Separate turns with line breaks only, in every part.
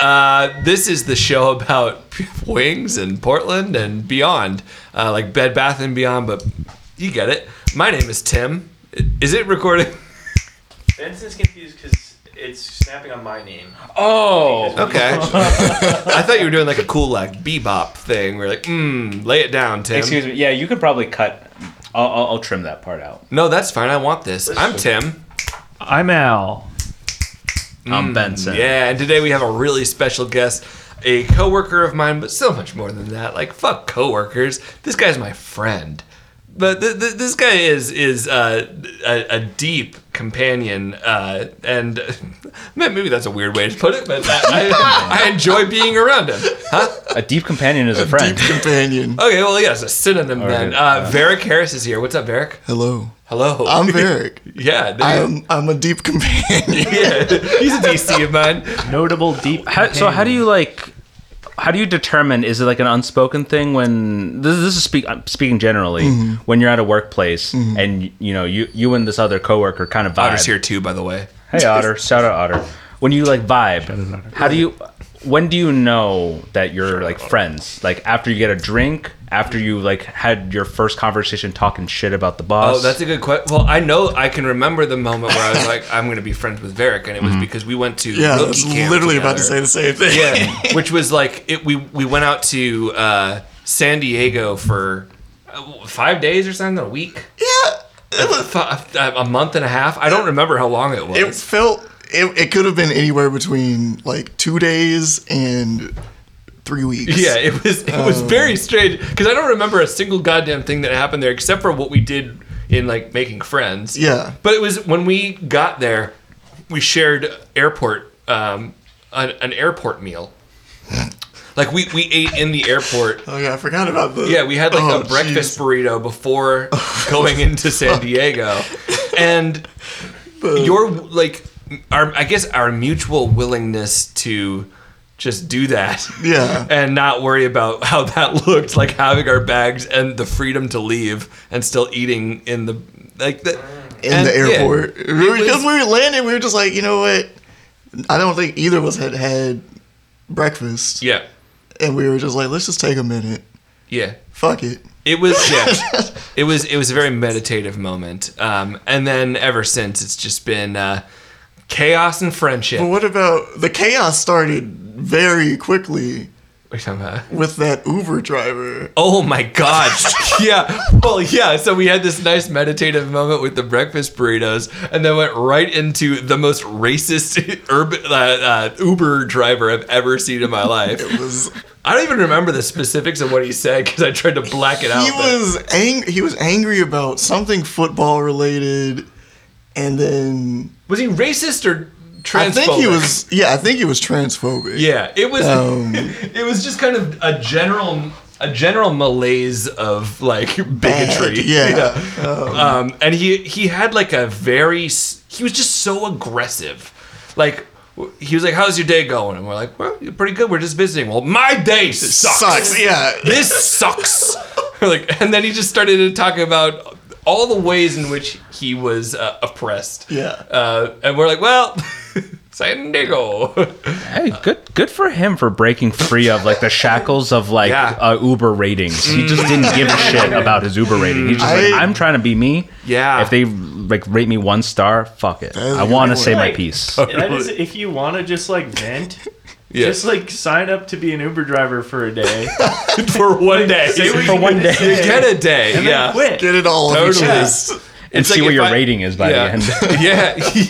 Uh, this is the show about wings and Portland and beyond, uh, like Bed Bath and Beyond. But you get it. My name is Tim. I- Is it recording?
Vincent's confused because it's snapping on my name.
Oh,
Okay. I thought you were doing like a cool like bebop thing. Where like, mm, lay it down, Tim.
excuse me. Yeah, you could probably cut. I'll, I'll, I'll trim that part out.
No, that's fine. I want this. I'm Tim.
I'm Al.
I'm Benson.
Yeah, and today we have a really special guest, a coworker of mine, but so much more than that. Like fuck coworkers. This guy's my friend. But th- th- this guy is is uh, a, a deep companion, uh, and man, maybe that's a weird way to put it, but I, I, I enjoy being around him. Huh?
A deep companion is a friend.
Deep companion.
Okay, well, yeah, it's a synonym then.
right,
Uh, Varick Harris is here. What's up, Varick?
Hello.
Hello.
I'm Varric.
yeah, there you-
I'm I'm a deep companion.
yeah, he's a DC of mine.
Notable deep.
How, so how do you like? How do you determine? Is it like an unspoken thing when this, this is speak, I'm speaking generally when you're at a workplace and you know you you and this other coworker kind of vibe.
Otter's here too, by the way.
Hey Otter, shout out Otter. When you like vibe, how do you? When do you know that you're like friends? Like after you get a drink, after you like had your first conversation talking shit about the
Oh,
boss.
that's a good question. Well, I know I can remember the moment where I was like, "I'm going to be friends with Varric," and it was because we went to
Yeah, I
rookie
was
camp
literally about to
together.
say the same thing.
yeah, which was like it, we we went out to uh, San Diego for uh, five days or something, a week, Uh,
Yeah, It, was,
Fi- a a month and a half. I don't remember how long it was.
it felt it, it could have been anywhere between like two days and three weeks.
Yeah, it was it
Oh.
was very strange because I don't remember a single goddamn thing that happened there except for what we did in like making friends.
Yeah.
but it was when we got there, we shared airport um, an, an airport meal. like we we ate in the airport.
Oh yeah, I forgot about the.
Yeah, we had like
oh,
a breakfast
jeez. Oh,
burrito before going into San Diego, and your like our I guess our mutual willingness to just do that
Yeah.
and not worry about how that looked like having our bags and the freedom to leave and still eating in the like the
in
and-
the
yeah.
airport because
was-
we were landing. We were just like, you know what? I don't think either of us had had breakfast,
yeah
and we were just like, let's just take a minute.
yeah
Fuck it.
it was yeah it was it was a very meditative moment um and then ever since it's just been uh chaos and friendship
But what about the chaos started very quickly
What are you talking about?
with that Uber driver.
Oh my god. yeah. Well, yeah. So we had this nice meditative moment with the breakfast burritos and then went right into the most racist urban, uh, uh, Uber driver I've ever seen in my life.
It was
I don't even remember the specifics of what he said because I tried to black it out.
he
but-
was ang- he was angry about something football related, and then
was he racist or transphobic?
I think he was yeah I think he was transphobic.
Yeah, it was.
Um.
it was just kind of a general, a general malaise of like bigotry.
yeah.
Um, and he he had like a very. s- He was just so aggressive, like. w- He was like, "How's your day going?" And we're like, "Well, you're pretty good. We're just visiting." Well, my day sucks.
Sucks. Yeah.
This sucks. We're like, and then he just started to talk about all the ways in which he was uh, oppressed.
Yeah.
Uh, and we're like, "Well, San Diego."
hey, good good for him for breaking free of like the shackles of like
Yeah. Mm.
uh, Uber ratings. He just didn't give a shit about his Uber rating. He's just like,
I-
I'm trying to be me.
Yeah.
If they like rate me one star, fuck it.
is
I
a good
want to
point.
say my
Like,
piece.
That is, if you want to just like vent,
Yeah.
just like sign up to be an Uber driver for a day.
for one day.
For one day.
You get a day. yeah.
Quit.
Get it all over
Totally.
chest.
and see
like
what
if
your
I-
rating is by
yeah.
the end.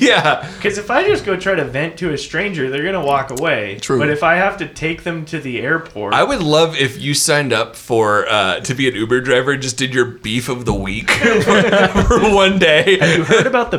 yeah. Yeah.
Because if I just go try to vent to a stranger, they're gonna walk away.
True.
But if I have to take them to the airport,
I would love if you signed up for uh, to be an Uber driver and just did your beef of the week for, for one day.
you heard about the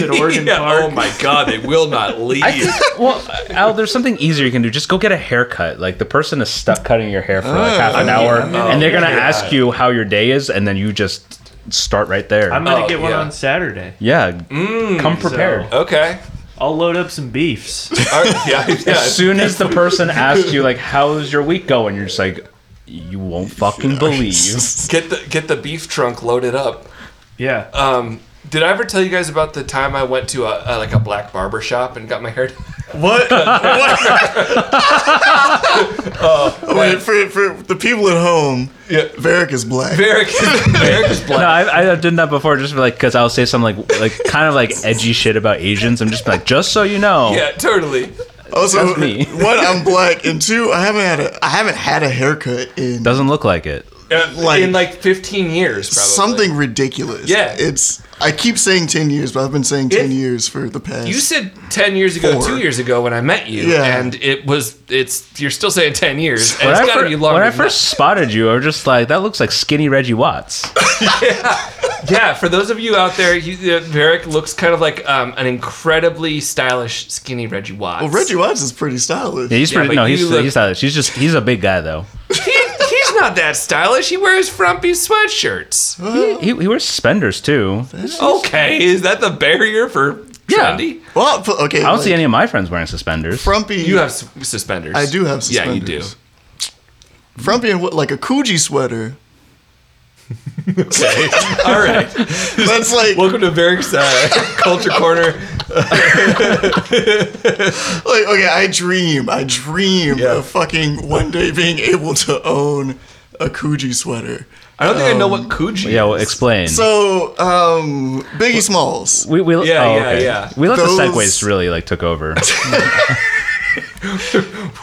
at Oregon
Yeah,
Park?
Oh my god, they will not leave.
I think, well, Al, there's something easier you can do. Just go get a haircut. Like the person is stuck cutting your hair for like half an hour, and they're gonna ask you how your day is, and then you just start right there.
I'm gonna
Oh,
get one
yeah.
on Saturday.
yeah,
Mm,
come prepared.
okay.
I'll load up some beefs.
All right, yeah, yeah.
As soon as the person asks you like, "How's your week going?" You're just like, "You won't fucking believe."
Get the get the beef trunk loaded up.
Yeah.
Um, did I ever tell you guys about the time I went to a, a like a black barber shop and got my hair done? What? what?
I mean, for, for the people at home,
Yeah.
Varric is black.
Varric is, Varric is black.
No, I, I've done that before, just for like, because I'll say some like, like kind of like edgy shit about Asians. I'm just like, just so you know,
Yeah, totally.
also,
that's me.
one, I'm black, and two, I haven't had a I haven't had a haircut in
doesn't look like it.
Uh,
Like-
in like 15 years, probably.
something ridiculous.
Yeah.
it's I keep saying ten years, but I've been saying ten
It-
years for the past.
You said 10 years ago,
Four.
two years ago when I met you,
Yeah.
and it was, it's, you're still saying 10 years. And
When
it's
I,
gotta
fir-
be
when
longer
I
than
first spotted you, I was just like, that looks like skinny Reggie Watts.
that. Yeah, for those of you out there, he, uh, Varric looks kind of like um, an incredibly stylish, skinny Reggie Watts.
well, Reggie Watts is pretty stylish.
Yeah, he's
Yeah,
pretty.
but
No,
you
he's
look-
he's not. He's just he's a big guy though.
He, he's not that stylish. He wears frumpy sweatshirts.
He, he, he wears suspenders too.
Okay, is that the barrier for
Yeah.
trendy?
Well, p- okay.
I don't see
like,
any of my friends wearing suspenders.
frumpy.
You have s- suspenders.
I do have
Yeah,
suspenders.
you do.
Frumpy and what, like a Coogee sweter.
All right.
That's like
Welcome to Varric's uh, Culture Corner.
Like, okay, I dream, I dream
Yeah.
of fucking one day being able to own a Coogee sweater.
I don't think I know what Coogee
Yeah, well,
is.
explain.
So, um, Biggie Smalls.
we, we,
Yeah,
oh,
yeah,
okay.
yeah.
We let
Those-
the segues really like took over.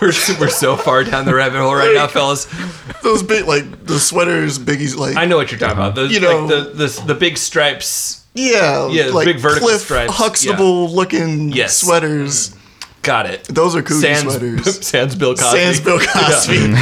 We're, we're so far down the rabbit hole right now, fellas.
Those big, like, the sweaters, Biggie's, like,
I know what you're talking about. Those,
You know-
like the, the the big stripes.
yeah,
Yeah,
like
big vertical
Cliff
stripes, yeah.
Huxtable looking
Yes.
sweaters.
Got it.
Those are Coogee
Sans,
sweaters.
Sans Bill Cosby.
Sans Bill Cosby.
You know,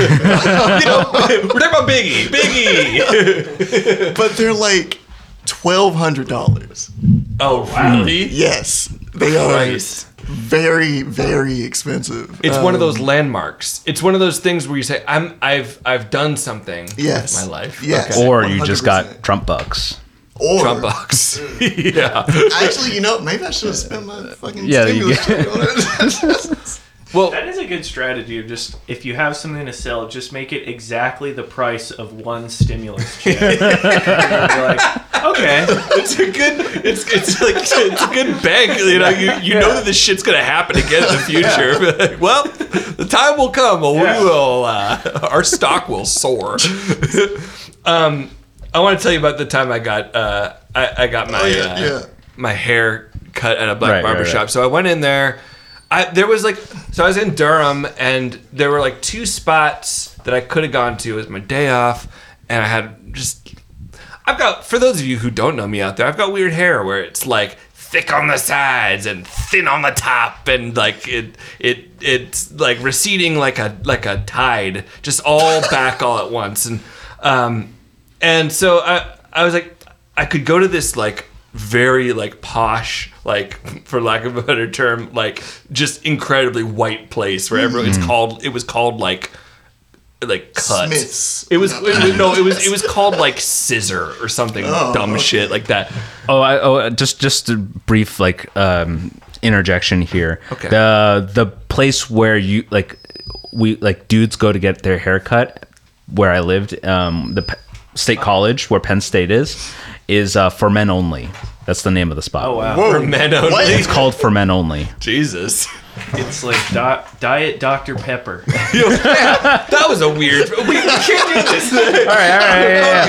we're talking about Biggie. Biggie.
But they're like $1,200.
oh, really?
Yes, they are
Christ.
very, very expensive. Uh,
It's one of those
Um,
landmarks. It's one of those things where you say, "I'm, I've, I've done something
Yes.
with my life."
Yes.
or you just
100%.
got Trump bucks.
Or,
Trump box. yeah.
Actually, you know, maybe I should have spent my fucking
Yeah, you
stimulus check on it.
Well,
That is a good strategy of just if you have something to sell, just make it exactly the price of one stimulus check. And you're like, okay,
it's a good it's it's like it's a good bank you know you, you know that this shit's gonna happen again in the future well the time will come when
Yeah.
we will uh, our stock will soar um i want to tell you about the time i got uh i, I got my
Oh, yeah,
uh,
yeah.
my hair cut at a black
Right, right,
barber
right.
shop so i went in there I, there was like so i was in durham and there were like two spots that i could have gone to it was my day off and i had just I've got, for those of you who don't know me out there, I've got weird hair where it's like thick on the sides and thin on the top, and like it, it, it's like receding like a like a tide, just all back all at once, and um, and so I I was like I could go to this like very like posh like for lack of a better term like just incredibly white place where everyone it's called it was called like like cut.
Smith's.
It was it was- no, it was it was called like scissor or something dumb shit like that.
Oh, I, oh, just just a brief like um, interjection here.
Okay.
The the place where you like we like dudes go to get their haircut, where I lived, um, the P- state college where Penn State is, is uh, for men only. That's the name of the spot.
oh wow,
For men only.
It's called for men only.
Jesus,
it's like di- diet Dr Pepper.
that was a weird. We, we can't do this.
All right, all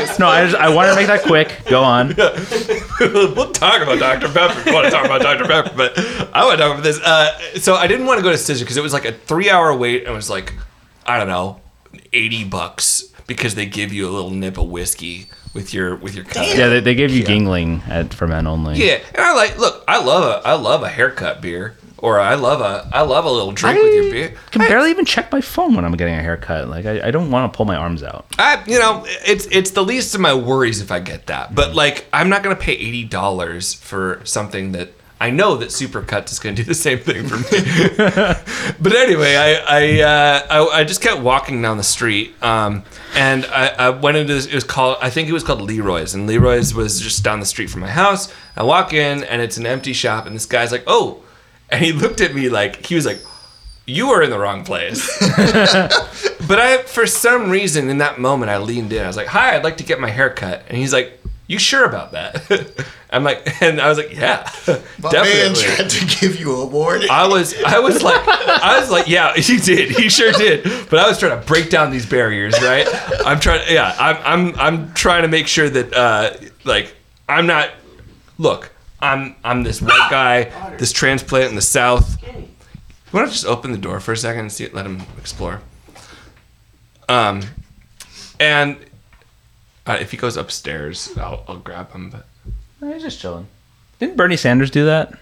right, No, I just, I want to make that quick. Go on.
we'll talk about Dr. Pepper. We want to talk about Dr. Pepper, but I want to talk about this. Uh, so I didn't want to go to Scissor because it was like a three-hour wait, and it was like, I don't know, eighty bucks because they give you a little nip of whiskey with your with your cut.
Yeah, they, they gave you gingling at for men only.
Yeah, and I like look. I love a I love a haircut beer, or I love a I love a little drink with your beer.
I can barely even check my phone when I'm getting a haircut. Like I, I don't want to pull my arms out.
I you know it's it's the least of my worries if I get that, but like I'm not gonna pay eighty dollars for something that I know that Supercuts is gonna do the same thing for me. but anyway, I I, uh, I I just kept walking down the street, um, and I, I went into this. It was called I think it was called Leroy's, and Leroy's was just down the street from my house. I walk in, and it's an empty shop, and this guy's like, oh, and he looked at me like he was like, you are in the wrong place. But I, for some reason, in that moment, I leaned in. I was like, "Hi, I'd like to get my hair cut," and he's like, you sure about that? I'm like, and I was like, yeah,
My man
definitely.
tried to give you a warning.
I was, I was like, I was like, yeah, he did, he sure did. But I was trying to break down these barriers, right? I'm trying, yeah, I'm, I'm, I'm trying to make sure that, uh, like, I'm not. Look, I'm, I'm this white guy, this transplant in the South. You want to just open the door for a second and see, let him explore. Um, and uh, if he goes upstairs, I'll, I'll grab him. But
He's just chilling. Didn't Bernie Sanders do that?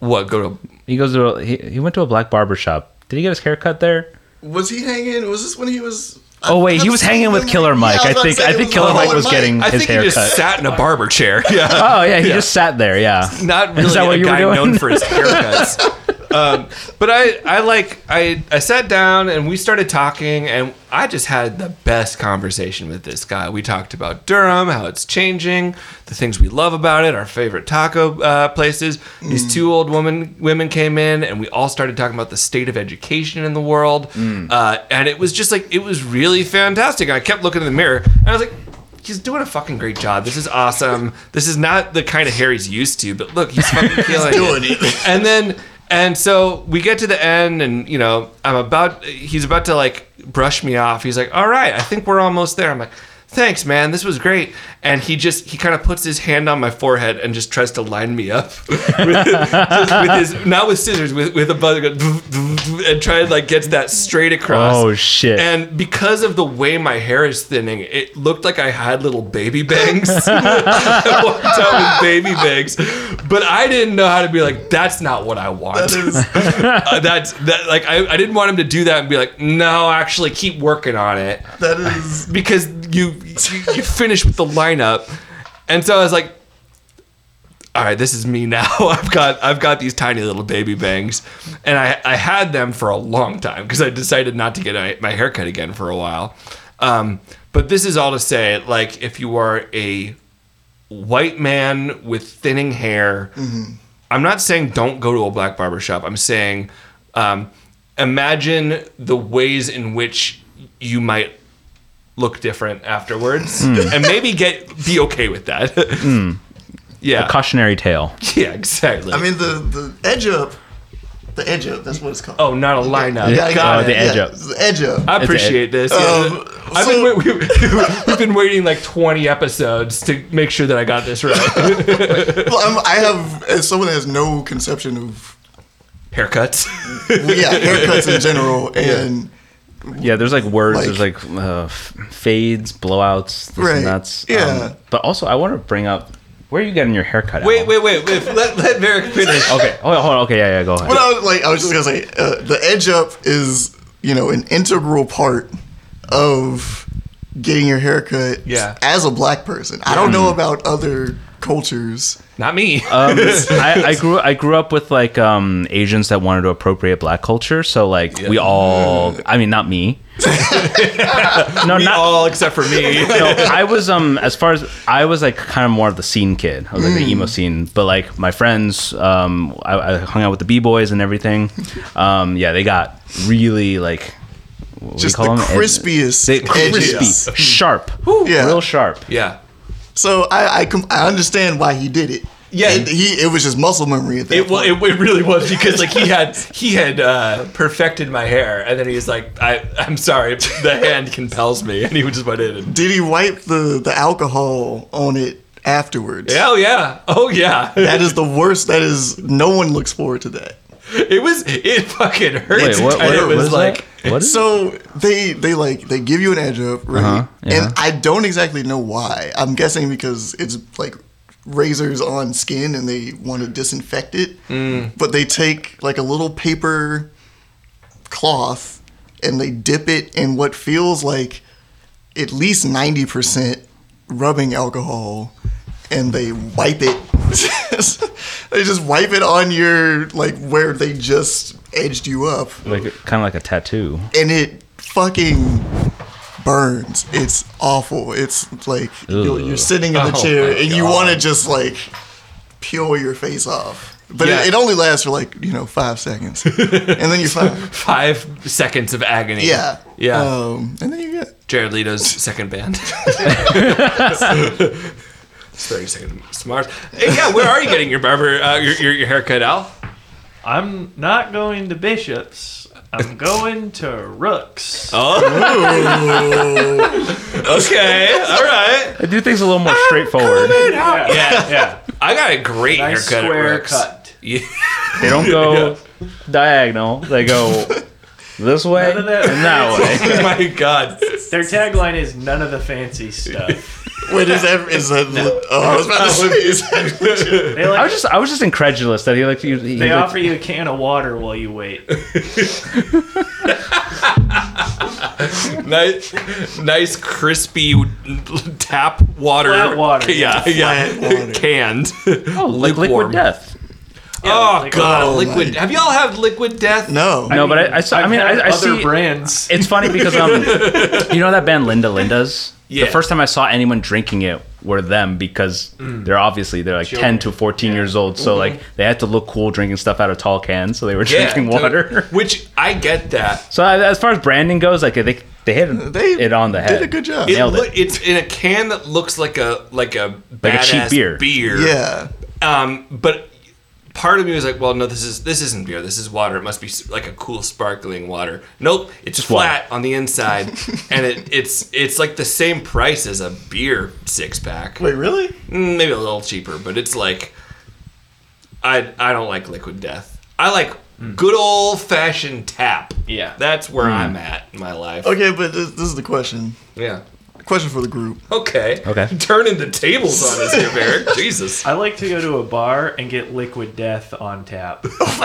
what? Go to
He goes to a, he, he went to a black barber shop. Did he get his hair cut there?
was he hanging? Was this when he was?
Oh wait, he was hanging with Killer Mike. I think I think Killer Mike was getting
I
his
think he
hair
just
cut.
sat in a barber chair. Yeah.
Oh yeah, he just sat there. Yeah.
not really
Is that
a
what you were
guy
doing?
known for his haircuts. um, but I, I like, I, I sat down and we started talking, and I just had the best conversation with this guy. We talked about Durham, how it's changing, the things we love about it, our favorite taco uh, places.
Mm.
These two old women women came in, and we all started talking about the state of education in the world,
Mm.
uh, and it was just like it was really fantastic. I kept looking in the mirror, and I was like he's doing a fucking great job. This is awesome. This is not the kind of hair he's used to, but look, he's fucking killing
doing it.
And then and so we get to the end and you know, I'm about he's about to like brush me off. He's like, "All right, I think we're almost there." I'm like, "Thanks, man. This was great." And he just he kind of puts his hand on my forehead and just tries to line me up with, with his not with scissors, with with a buzzer go, and try and like get that straight across.
Oh shit.
And because of the way my hair is thinning, it looked like I had little baby bangs. I walked out with baby bangs, but I didn't know how to be like, that's not what I want. That is, that's that. Like I, I didn't want him to do that and be like, no, actually, keep working on it
That is
because you you, you finish with the lineup, and so I was like, all right, this is me now. I've got I've got these tiny little baby bangs, and I I had them for a long time because I decided not to get my, my haircut again for a while. Um, but this is all to say, like, if you are a white man with thinning hair, I'm not saying don't go to a black barber shop. I'm saying um, imagine the ways in which you might look different afterwards, and maybe get be okay with that. Yeah,
Cautionary tale.
yeah, exactly.
I mean the the edge up, the edge up. That's what it's called.
oh, not a lineup.
You
Yeah. Oh,
gotta get-
the edge
yeah,
up.
The edge up.
I appreciate this. Yeah,
Um,
I've
so-
been, wait- we, we've been waiting like 20 episodes to make sure that I got this right.
well, I'm, I have as someone that has no conception of
Haircuts.
yeah haircuts in general and
Yeah, there's like words.
Like-
there's like uh, f- fades, blowouts, this
Right,
and that's. um,
yeah.
but also, I want to bring up where are you getting your haircut?
wait,
Alan?
wait, wait, wait. Let, let Merrick finish.
Okay. Oh, hold on. Okay. Yeah. Yeah. Go ahead.
But I was like, I was just gonna say, uh, the edge up is you know an integral part of getting your haircut.
Yeah. Mm-hmm.
As a black person, I don't know about other cultures.
Not me.
Um, I, I grew I grew up with like um, Asians that wanted to appropriate black culture, so like we all. I mean, not me. no,
we
not
all except for me.
no, I was um as far as I was like kind of more of the scene kid. I was like the emo scene, but like my friends, um, I, I hung out with the b boys and everything. Um, yeah, they got really like what do we
Just
call
the
them? Ed-
crispiest
they-
edges.
crispy, sharp,
Yeah.
real sharp.
Yeah.
So I I, com- I understand why he did it.
Yeah.
And he it was just muscle memory at that
It, well,
point.
it, it really was because like he had he had uh, perfected my hair, and then he's like, I I'm sorry, the hand compels me, and he just went in. And,
did he wipe the the alcohol on it afterwards?
oh yeah, oh yeah.
That is the worst. That is no one looks forward to that.
It was it fucking hurt.
Wait, what?
and
What,
it
what
was
is
like
that? What is
So they they like they give you an edge up, right?
Uh-huh, yeah.
And I don't exactly know why. I'm guessing because it's like razors on skin and they want to disinfect it. But they take like a little paper cloth and they dip it in what feels like at least 90% rubbing alcohol and they wipe it. they just wipe it on your like where they just edged you up
like kind of like a tattoo?
and it fucking burns. It's awful. It's like you're, you're sitting in the
Oh
chair
my
and you
God.
want to just like peel your face off. But
Yeah.
it, it only lasts for like, you know, five seconds. and then you're fine.
five seconds of agony.
Yeah.
Yeah.
Um, and then you get.
Jared Leto's second band. It's 30 seconds to Mars. Hey, yeah, where are you getting your barber, uh, your, your, your haircut, Al?
I'm not going to Bishop's. I'm going to Rook's.
Oh. okay. All right.
I do things a little more straightforward.
yeah, yeah.
I got a great
Nice
haircut.
square
at Rick's.
cut.
Yeah.
They don't go diagonal. They go this way
None
and
of that-
that way.
oh my God.
Their tagline is none of the fancy stuff.
Wait, is that is that? Oh, I was about to say is that legit?
They,
I
like,
was just I was just incredulous that he like he, he
they
like,
offer you a can of water while you wait.
Nice, nice crispy tap water.
Flat water,
Yeah, yeah.
Flat water.
Canned.
oh, like
Lukewarm.
liquid death.
oh,
like-
God.
Oh, my-
liquid. Have y'all had liquid death?
No,
No, but I, I, saw- I
I've
mean
had
I, I
other
see
brands.
it's funny because um you know that band Linda Linda's.
Yeah.
The first time I saw anyone drinking it were them because they're obviously they're like ten to fourteen years old, so like they had to look cool drinking stuff out of tall cans, so they were
Yeah,
drinking
dude.
water.
Which I get that.
So I, as far as branding goes, like they they hit
they
it on the head.
Did a good job.
It
Nailed it.
loo- It's in a can that looks like a like a
Like a cheap
badass
beer.
Beer.
Yeah,
Um, but part of me was like, well, no, this is this isn't beer. This is water. It must be s- like a cool sparkling water. Nope, it's flat on the inside, and it, it's it's like the same price as a beer six pack.
wait, really?
Mm, Maybe a little cheaper, but it's like I I don't like liquid death. I like
Mm.
good old fashioned tap.
Yeah.
that's where I'm at in my life.
Okay, but this, this is the question.
Yeah.
Question for the group.
Okay.
Okay.
Turning the tables on us here, Eric. Jesus.
I like to go to a bar and get liquid death on tap.
God.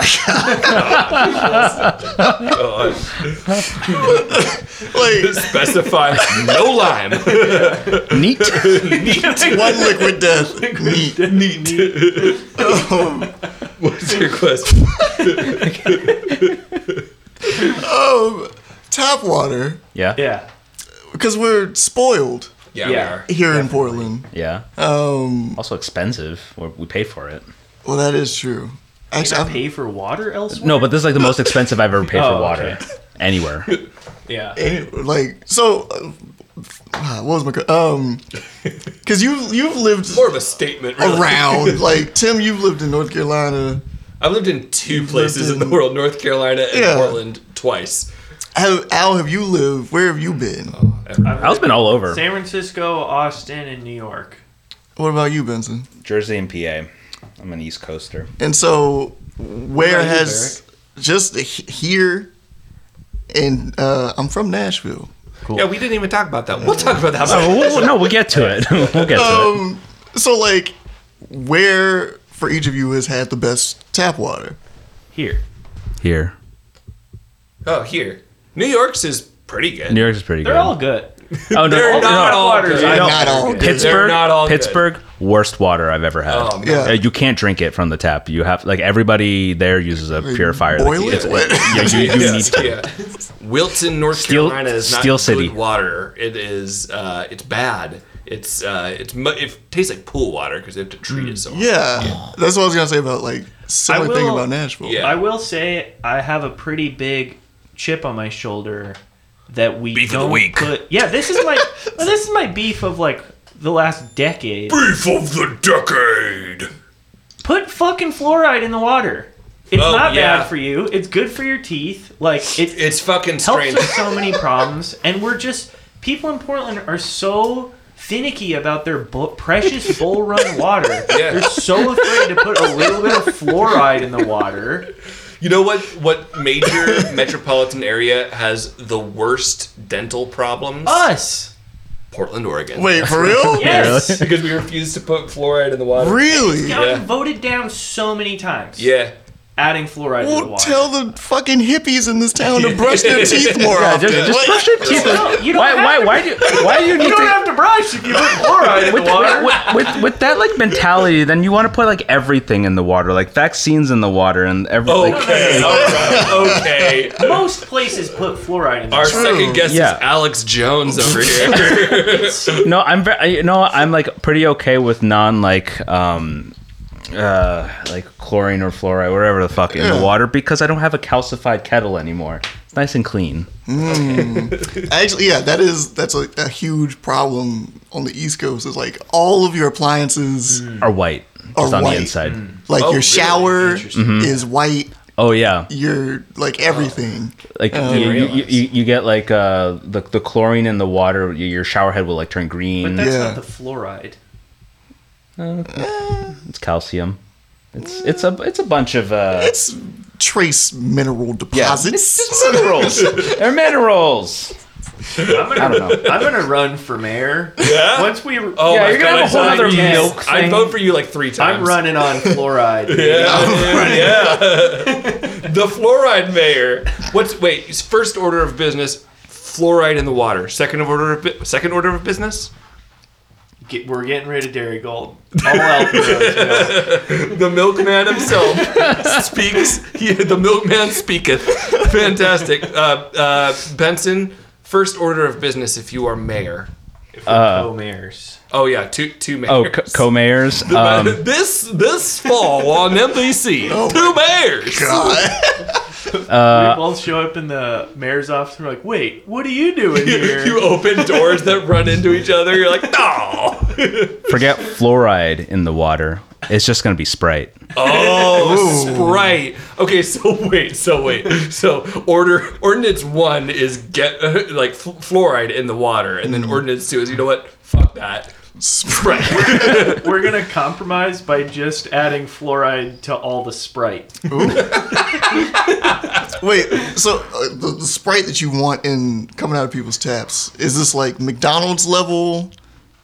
Like
Specify no lime.
Neat.
one liquid death. Neat.
Neat.
Um,
What's your question?
um, tap water
Yeah.
Yeah.
because we're spoiled
Yeah,
Yeah.
here in Portland.
Yeah.
Um,
Also expensive. Or we pay for it.
well, that is true.
Can
Actually,
I
I've-
pay for water elsewhere?
No, but this is like the most expensive I've ever paid
Oh,
for water
okay.
anywhere.
Yeah.
Anyway, like so uh, ah, what was my que- um because you you've lived
More of a statement. Really.
around like tim you've lived in north carolina
I've lived in two
You've
places
lived
in
in-
the world: North Carolina and
Yeah.
Portland twice.
how, how have you lived where have you been
I've
I've been all over
San Francisco, Austin, and New York.
what about you benson
Jersey and PA. I'm an East Coaster.
and so where
about you,
has just he- here and uh i'm from nashville
Yeah, we didn't even talk about that. We'll talk about that.
Oh, we'll- we'll- no, we'll get to it. We'll get to it.
um so like where for each of you has had the best tap water
Here.
Here,
Oh, here, New York's is pretty good.
New York is pretty
They're
good.
all good.
oh no,
They're
no,
not
no.
all
water.
good.
I
know.
not all good.
Pittsburgh,
They're not all good.
Pittsburgh, worst water I've ever had.
Oh, man.
Yeah.
Uh, you can't drink it from the tap. You have like everybody there uses a purifier. Like,
boil it
yeah, you, you
Yeah,
need to.
yeah. Wilton, North
Steel-
Carolina is not
Steel
good
City.
water. It is. Uh, it's bad. It's. Uh, it's. mu- It tastes like pool water because they have to treat it
Mm.
so.
Yeah, that's what I was gonna say about like silly
I
thing
will-
about Nashville.
Yeah.
I will say I have a pretty big chip on my shoulder that we
Beef of the
don't
week.
put. Yeah, this is my well, this is my beef of like the last decade.
Beef of the decade.
Put fucking fluoride in the water. It's
Oh,
not
yeah.
bad for you. It's good for your teeth. Like it,
It's fucking
helps
strange.
with so many problems, and we're just people in Portland are so finicky about their bu- precious Bull Run water.
Yeah.
They're so afraid to put a little bit of fluoride in the water.
You know what? What major metropolitan area has the worst dental problems?
Us,
Portland, Oregon.
Wait, for real?
yes.
because we refuse to put fluoride in the water.
Really?
gotten
Yeah.
voted down so many times.
Yeah.
Adding fluoride to the
Well,
water.
tell the fucking hippies in this town to brush their teeth more
Yeah,
often.
Uh, just, just
Like,
brush your teeth.
No, you don't
Why?
have
Why?
to-
Why do? Why do you need
You don't
to?
have to brush if you put fluoride in the
with,
water.
with, with, with that like mentality, then you want to put like everything in the water, like vaccines in the water, and every, like,
Oh, Okay. All right. Okay.
Most places put fluoride in the
Our
water.
second guest
Yeah.
is Alex Jones over here.
no, I'm very, I- you know, I'm like pretty okay with non like um uh like chlorine or fluoride, whatever the fuck in the water, because I don't have a calcified kettle anymore. It's nice and clean.
Actually, yeah, that is that's a, a huge problem on the East Coast. Is like all of your appliances,
Or white.
Or
Just on
white. Mm.
the inside.
like
Oh,
your
really?
shower
Interesting.
Mm-hmm.
is white.
Oh yeah.
Your
Oh.
like everything.
Like you, you, you, you get like uh the, the chlorine in the water. y- Your shower head will like turn
But
green.
that's
Yeah.
not the fluoride.
it's calcium. It's it's a it's a bunch of uh
It's trace mineral
yeah,
deposits.
it's minerals. They're minerals.
I'm gonna, I
don't know.
am gonna run for mayor.
Yeah?
Once we,
Oh
Yeah,
my
you're gonna
God,
have a whole
I-
other
yes.
milk
I
thing.
vote for you like three times.
I'm running on fluoride.
Yeah,
baby.
yeah. the fluoride mayor. What's wait? it's First order of business: fluoride in the water. Second of order of bu- second order of business:
Get, we're getting rid of Dairy Gold. All out drugs,
the milkman himself speaks. He, the milkman speaketh. Fantastic. Uh, uh, Benson, first order of business if you are mayor.
co-mayors.
Oh yeah, two two mayors.
Oh, co- co-mayors. Um, Oh
this this fall on NBC, two mayors.
Oh God.
we both show up in the mayor's office. and We're like, wait, what are you doing here?
You open doors that run into each other. You're like, oh,
forget fluoride in the water. It's just gonna be Sprite.
oh, Sprite. Okay, so wait, so wait, so order ordinance one is get like fl- fluoride in the water, and then ordinance two is you know what? Fuck that. Sprite.
we're gonna compromise by just adding fluoride to all the Sprite.
Wait, so uh, the, the sprite that you want in coming out of people's taps is this like McDonald's level?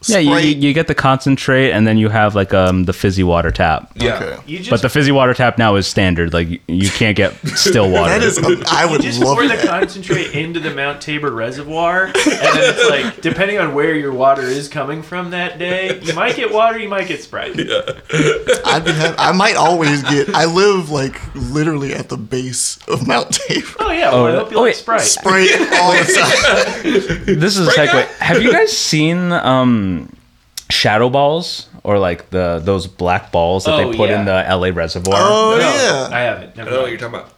Yeah,
Sprite?
you, you you get the concentrate, and then you have like um the fizzy water tap.
yeah.
Okay.
You just
But the fizzy water tap now is standard. Like you, you can't get still water.
That is, a, Um, I would
just
love
pour the
that.
concentrate into the Mount Tabor reservoir, and then it's like depending on where your water is coming from that day, you might get water, you might get Sprite.
I'd be happy. I might always get. I live like literally at the base of Mount Tabor.
Oh yeah, well, I
Oh,
hope you
oh,
like
wait.
Sprite.
Sprite all the time.
this is a segue. Have you guys seen um, shadow balls or like the those black balls that
Oh,
they put
yeah.
in the LA reservoir?
Oh
No,
yeah.
I haven't. Never
I don't know what
mind.
you're talking about.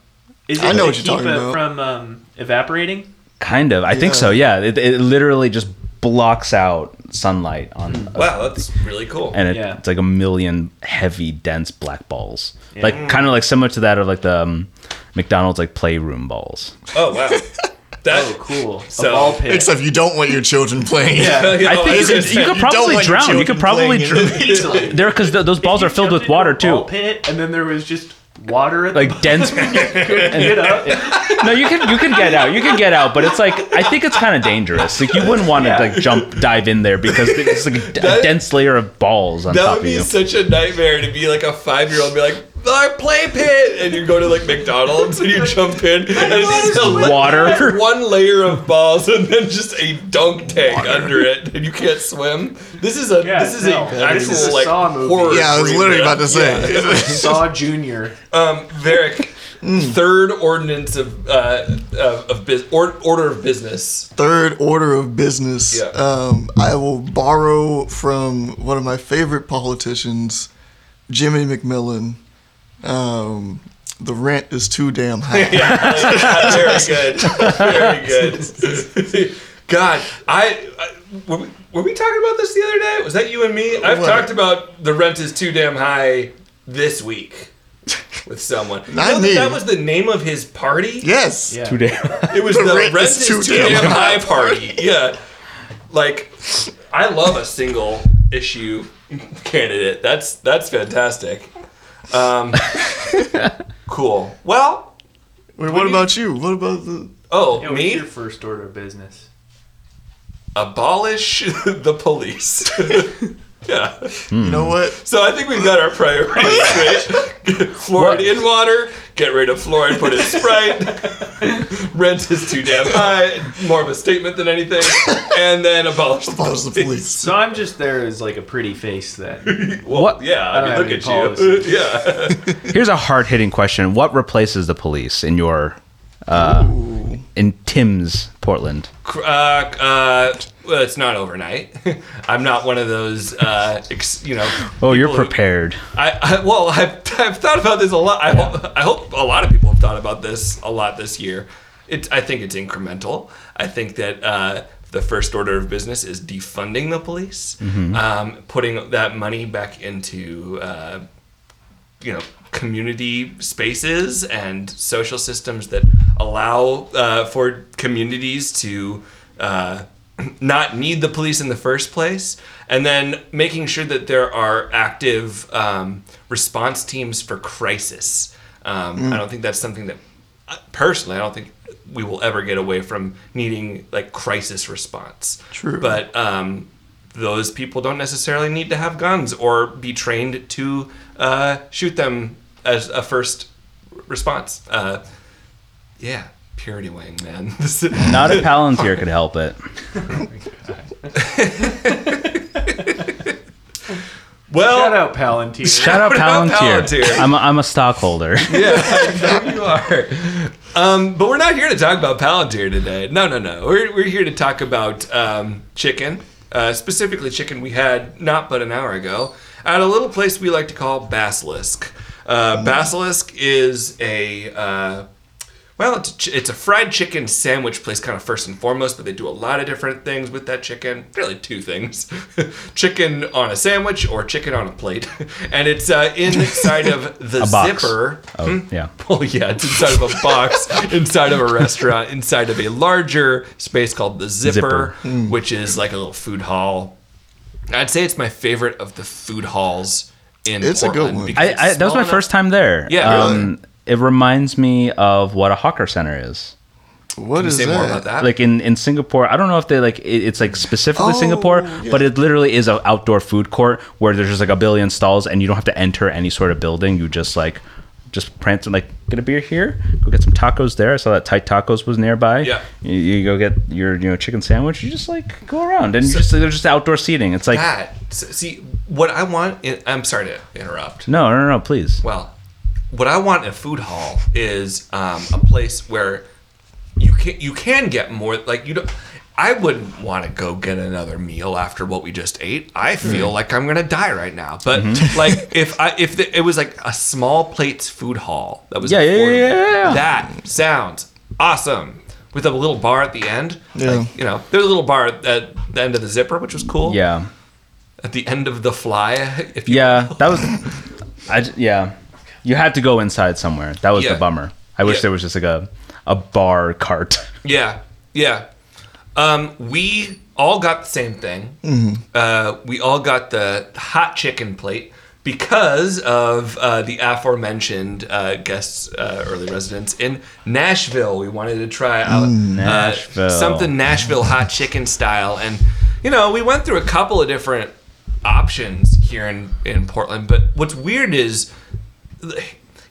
Is it
I know
to
what you're
keep
talking
it
about.
from um, evaporating?
Kind of. I think
Yeah.
so. Yeah. It, it literally just blocks out sunlight on,
Wow, that's really cool.
and it,
Yeah.
it's like a million heavy, dense black balls. Like kind of like similar to that of like the um, McDonald's like playroom balls.
Oh wow. That,
Oh, cool.
So-
a ball pit.
Except you don't want your children playing.
Yeah,
I
oh,
think you
it's-
could, you could
You don't
probably
want your
drown. You could
children
probably
playing in
drown. There, because those balls are filled
jumped
with
into
water
a ball
too.
Pit, and then there was just water at
Like dense.
the couldn't get up.
No, you can you can get out. You can get out, but it's like I think it's kind of dangerous. Like you wouldn't want to
Yeah.
like jump dive in there because it's like a d-
That-
dense layer of balls on
That
top
would
of
be
you.
such a nightmare to be like a five year old, be like, our play pit! And you go to like McDonald's and you jump in, and it's just a la-
Water.
one layer of balls and then just a dunk tank under it, and you can't swim. This is a
Yeah,
this is
no,
a
this
actual,
is a
like
Saw movie.
horror.
Yeah, I was
dream,
literally
man.
about to say.
Saw Junior.
Um, Varric,
Mm.
third ordinance of uh, of, of bus or, order of business.
Third order of business.
Yeah.
Um, I will borrow from one of my favorite politicians, Jimmy McMillan. Um, the rent is too damn high.
Very good. Very good. God, I, I were, we, were we talking about this the other day? Was that you and me? I've
What?
talked about the rent is too damn high this week with someone. You
Not
know that
me.
That was the name of his party.
Yes.
Yeah.
It was the, rent, is too, damn, high,
high
party. Yeah. Like, I love a single issue candidate. That's that's fantastic. Um, cool. Well,
Wait, what about you? What about the?
oh
Yeah,
me.
What's your first order of business?
abolish the police. yeah.
You know what?
So I think we've got our priorities right. fluoride in water, get rid of fluoride, put in Sprite. Rent is too damn high. More of a statement than anything. And then abolish the
Follows the police.
So I'm just there as like a pretty face then.
Well,
What-
Yeah, I
I
mean,
don't
look
have
at
any
you. yeah.
Here's a hard hitting question: What replaces the police in your uh, in Tim's Portland?
Cr- Uh, uh, well, it's not overnight. I'm not one of those, uh, ex, you know.
Oh, you're
people who-
prepared.
I, I well, I've, I've thought about this a lot. I, hope, I hope a lot of people have thought about this a lot this year. It's I think it's incremental. I think that uh, the first order of business is defunding the police,
Mm-hmm.
um, putting that money back into uh, you know community spaces and social systems that allow uh, for communities to uh, not need the police in the first place and then making sure that there are active um, response teams for crisis um, i don't think that's something that personally i don't think we will ever get away from needing like crisis response
True.
but um, those people don't necessarily need to have guns or be trained to uh, shoot them as a first response. Uh, yeah, purity wing, man. This is-
Not a Palantir could help it.
well,
Shout out Palantir.
Shout out
What about
Palantir.
Palantir?
I'm a, I'm a stockholder.
there you are. Um, but we're not here to talk about Palantir today. No, no, no. We're, we're here to talk about um, chicken, uh, specifically chicken we had not but an hour ago at a little place we like to call Basilisk.
Mm.
Uh, Basilisk is a. Uh, well, it's, ch- it's a fried chicken sandwich place, kind of first and foremost, but they do a lot of different things with that chicken. Really, two things chicken on a sandwich or chicken on a plate. And it's uh, inside of the
A box.
zipper.
Oh, yeah.
Well, yeah, it's inside of a box, inside of a restaurant, inside of a larger space called the Zipper,
Zipper.
Hmm.
which is like a little food hall. I'd say it's my favorite of the food halls in
It's a good
Portland
one.
because
I,
it's
I, that was
small
my
enough-
first time there.
Yeah,
Um, it reminds me of what a hawker center is.
What
Can you
is
say
that?
more about that?
Like in, in Singapore, I don't know if they like it, it's like specifically
Oh,
Singapore,
yeah.
but it literally is an outdoor food court where there's just like a billion stalls and you don't have to enter any sort of building. You just like just prance and like get a beer here, go get some tacos there. I saw that Thai Tacos was nearby.
Yeah.
you, you go get your you know chicken sandwich. You just like go around and you just there's just outdoor seating. It's like
that. S- See, what I want, in, I'm sorry to interrupt.
no, no, no, no, please.
Well, what I want in a food hall is um, a place where you can you can get more. Like you don't. I wouldn't want to go get another meal after what we just ate. I
Hmm.
feel like I'm gonna die right now. But
Mm-hmm.
like if I if the, it was like a small plates food hall that was
Yeah, yeah, yeah,
affordable,
yeah, yeah.
that sounds awesome with a little bar at the end.
Yeah.
Like, you know, there's a little bar at the end of the zipper, which was cool.
Yeah,
At the end of the fly, if you
yeah, that was. I j- yeah, you had to go inside somewhere. That was
Yeah.
the bummer. I wish
Yeah.
there was just like a a bar cart.
Yeah, yeah. Um, we all got the same thing. Uh, we all got the hot chicken plate because of uh, the aforementioned uh, guests, uh, early residents in Nashville. We wanted to try out uh,
Nashville.
something Nashville hot chicken style, and you know, we went through a couple of different options here in in Portland. But what's weird is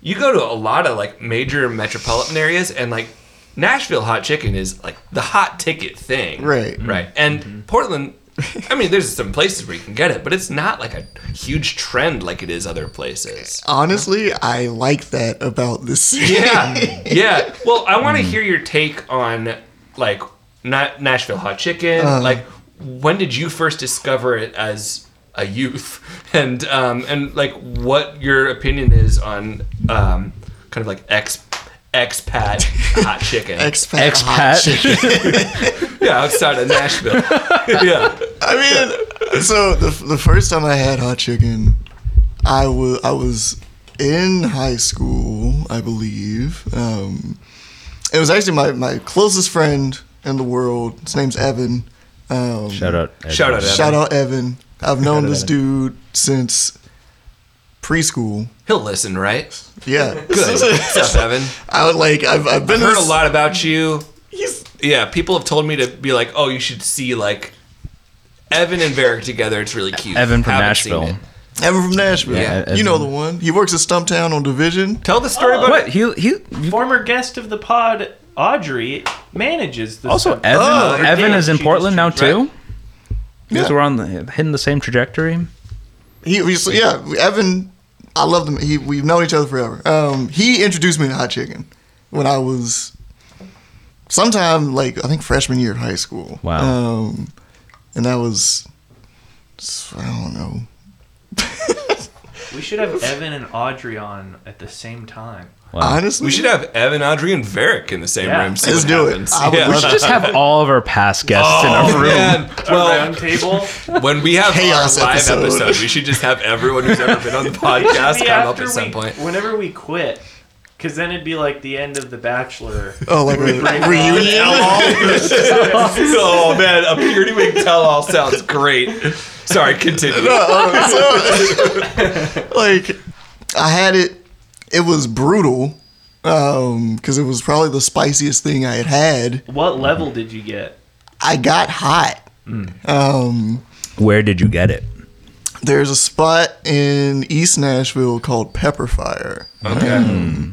you go to a lot of like major metropolitan areas and like Nashville hot chicken is like the hot ticket thing.
Right.
Right. And Portland I mean there's some places where you can get it, but it's not like a huge trend like it is other places.
Honestly, I like that about this city.
Yeah. Yeah. Well, I want to hear your take on like Na- Nashville hot chicken.
Uh-huh.
like when did you first discover it as a youth? And um and like what your opinion is on um kind of like ex expat hot chicken.
Expat.
Expat.
hot chicken.
yeah, outside of Nashville. yeah.
I mean, so the, the first time I had hot chicken, I was I was in high school, I believe. Um, it was actually my, my closest friend in the world. His name's Evan. Um,
Shout out.
Shout out, Evan.
Shout out Evan. I've known this dude since preschool.
He'll listen, right?
Yeah.
Good. What's up, Evan?
I would like I've I've been
I've heard a
this-
lot about you.
He's
Yeah, people have told me to be like, oh, you should see like Evan and Varick together. It's really cute.
Evan from
Haven't seen
Nashville.
it.
Evan from Nashville.
Yeah,
you know
Evan.
the one. He works at Stumptown on Division.
Tell the
Oh.
story about
What he he
Former guest of the pod, Audrey, manages the
also
stuff.
Evan
Oh, her
Evan
dad,
is in
she
Portland now
just-
too. You guys
Yeah.
were on the, hitting the same trajectory.
He, we, so yeah, Evan. I love him. He, we've known each other forever. Um, he introduced me to hot chicken when I was sometime like I think freshman year of high school.
Wow.
Um, and that was I don't know.
We should have Evan and Audrey on at the same time.
Honestly,
We should have Evan, Audrey, and Varric in the same
Yeah.
room. See
Let's
what
do it.
happens.
I would
Yeah.
love
We should just have all of our past guests in our
Oh,
room.
man.
Well,
Well,
round table.
when we have
Chaos
our live
episode.
episode. we should just have everyone who's ever been on the podcast
Be
come up at
we,
some point.
Whenever we quit, because then it'd be like the end of The Bachelor.
Oh, like a reunion.
oh man, a purity wig tell all sounds great. Sorry, continue.
like I had it. It was brutal because it was probably the spiciest thing I had had.
What level did you get?
I got hot. Um,
Where did you get it?
there's a spot in East Nashville called Pepperfire,
Okay.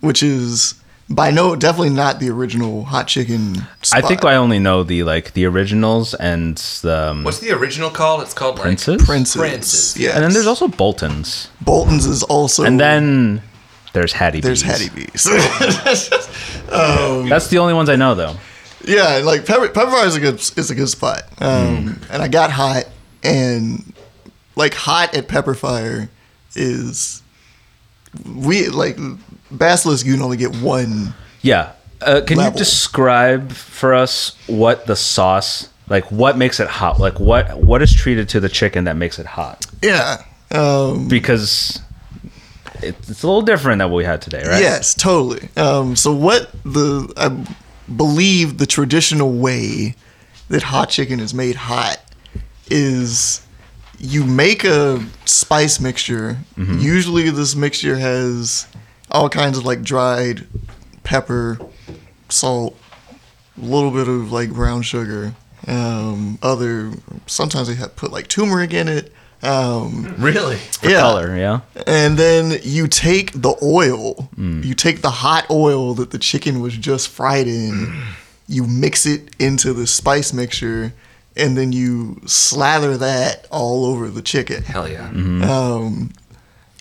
which is by no definitely not the original hot chicken. Spot.
I think I only know the like the originals and the um,
What's the original call? It's called like
Princes?
Prince's.
Prince's.
Yeah,
And then there's also Boltons.
Bolton's is also.
And then there's Hattie.
there's
B's.
Hattie B's.
That's the only ones I know though.
Yeah, and, like Pepper, Pepper Fry is a good is a good spot. Um,
Hmm.
And I got hot, and like hot at Pepper Fire is we like Basilisk. You can only get one.
Yeah. Uh, can
Level.
you describe for us what the sauce like? What makes it hot? Like what what is treated to the chicken that makes it hot?
Yeah. Um,
Because it, it's a little different than what we had today, right?
Yes, totally. Um, so what the I believe the traditional way that hot chicken is made hot is you make a spice mixture.
Mm-hmm.
Usually, this mixture has all kinds of like dried pepper, salt, a little bit of like brown sugar. Um, other sometimes they have put like turmeric in it. Um,
Really?
yeah.
Color, yeah.
And then you take the oil,
Mm.
you take the hot oil that the chicken was just fried in,
Mm.
you mix it into the spice mixture, and then you slather that all over the chicken.
Hell yeah.
Mm-hmm.
Um,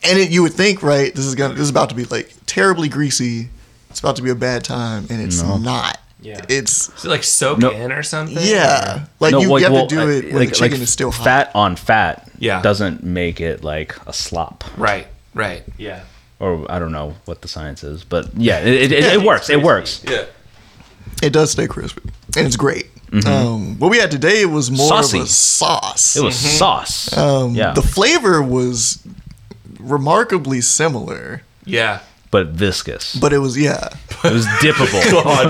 and it, you would think, right, this is gonna, this is about to be like terribly greasy. It's about to be a bad time, and it's not.
Yeah.
It's
Is it like soak
No.
in or something?
yeah, like you
like,
have
well,
to do
uh,
it when the chicken is still hot.
Fat on fat
Yeah.
doesn't make it like a slop.
Right. Right.
Yeah.
Or I don't know what the science is, but yeah, it, it, it, it works. It
Crispy.
works.
Yeah.
It does stay crispy, and it's great. Um, what we had today was more
Mm-hmm. Saucy.
of a sauce.
It was
Mm-hmm.
sauce.
Um,
yeah.
The flavor was remarkably similar,
Yeah.
but viscous.
but it was yeah,
it was dippable.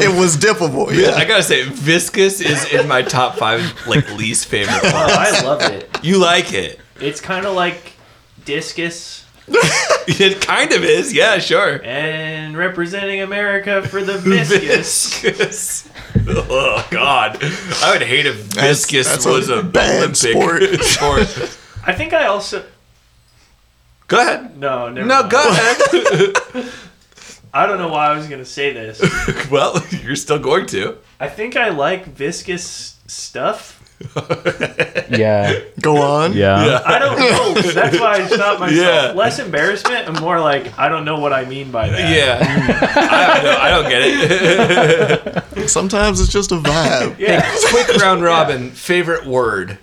it was dippable.
I
Yeah,
gotta say, viscous is in my top five like least favorite.
Oh,
One.
I love it.
You like it?
It's kind of like discus
It kind of is. Yeah, sure.
and representing America for the viscous.
Viscous. Oh God, I would hate if viscous
that's a
was a,
bad
Olympic sport.
I think I also
Go ahead.
no never
No,
mind.
go ahead.
I don't know why I was gonna say this.
well, you're still going to.
I think I like viscous stuff.
yeah.
go on.
Yeah.
Yeah.
I don't know. That's why I stopped myself.
Yeah.
Less embarrassment and more like I don't know what I mean by that.
Yeah, I, don't know. I don't get it.
Sometimes it's just a vibe.
Yeah.
Quick round robin. Favorite word.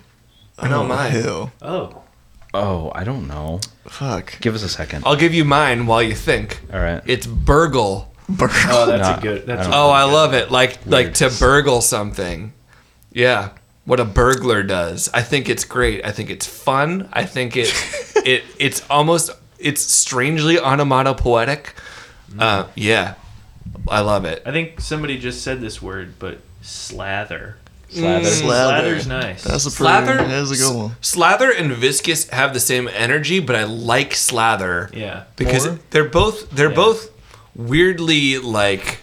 I know mine.
Hell,
Oh.
Oh, I don't know.
fuck.
Give us a second.
I'll give you mine while you think.
All right.
It's burgle.
Burger.
Oh, that's
Nah,
a good.
I
That's
don't
a,
Oh, I love it. Like like to burgle something. Yeah. What a burglar does. I think it's great. I think it's fun. I think it it it's almost it's strangely onomatopoetic.
Mm.
Uh, yeah. I love it.
I think somebody just said this word, but slather.
Slather.
Slather's nice.
That's a pretty,
Slather?
That's a
S-
good one.
Slather and viscous have the same energy, but I like slather.
yeah.
because
More?
they're both they're
Yeah.
both weirdly like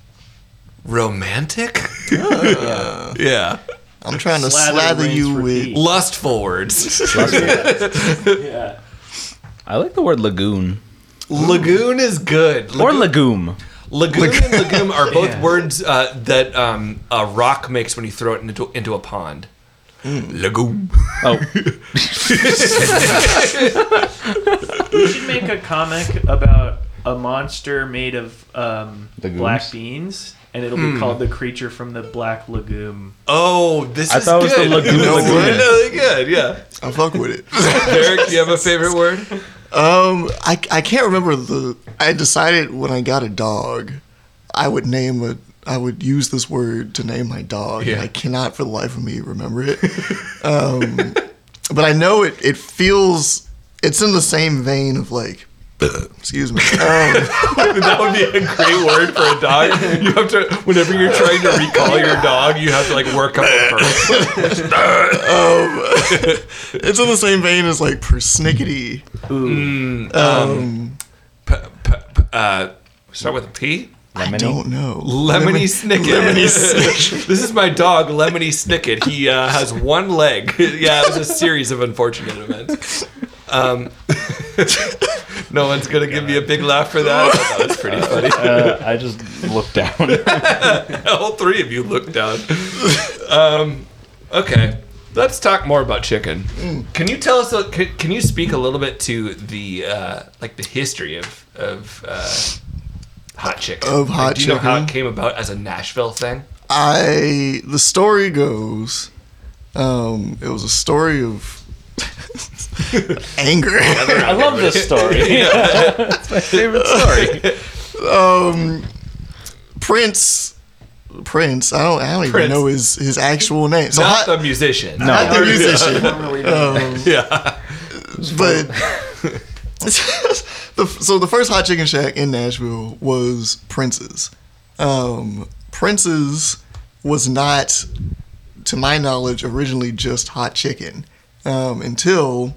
romantic. yeah.
I'm trying to
Slather,
slather
rinse,
you
repeat.
with.
Lustful words.
Yeah.
I like the word lagoon
Lagoon is good.
or
Lagoon-
legume.
Lagoon and legume are both
Yeah.
words uh, that um, a rock makes when you throw it into, into a pond. Mm. Lagoon.
Oh,
We should make a comic about a monster made of um,
Legumes?
black beans and it'll
Hmm.
be called the creature from the black lagoon.
Oh, this
I
is
thought it was the
good.
Lagoon
This is
Lagoon.
really good. Yeah.
I fuck with it.
Derek, do you have a favorite word?
Um, I, I can't remember the. I decided when I got a dog, I would name a. I would use this word to name my dog.
Yeah.
And I cannot for the life of me remember it. um, but I know it. It feels. It's in the same vein of like. excuse me. Um,
That would be a great word for a dog. You have to, whenever you're trying to recall your dog, you have to like work up a verb.
it's in the same vein as like persnickety.
P- p- uh, start with a P.
I
Lemony?
don't know.
Lemony Snicket.
Lemony Snicket.
this is my dog, Lemony Snicket. He uh, has one leg. yeah, it was a series of unfortunate events. Um, no one's gonna give me a big laugh for that. I thought that was pretty funny.
Uh, I just looked down.
All three of you looked down. Um, okay, let's talk more about chicken. Can you tell us? a- Can, can you speak a little bit to the uh, like the history of of uh, hot chicken?
Of
Like,
hot
do you know how it
chicken?
came about as a Nashville thing?
I the story goes, um, it was a story of anger.
I love this story. it's my favorite story.
um, Prince, Prince. I don't. I don't
Prince.
even know his his actual name. So
Not
hot,
the musician.
not the
Oh,
musician,
Formerly
Yeah.
but the, so the first hot chicken shack in Nashville was Prince's. Um, Prince's was not, to my knowledge, originally just hot chicken um, until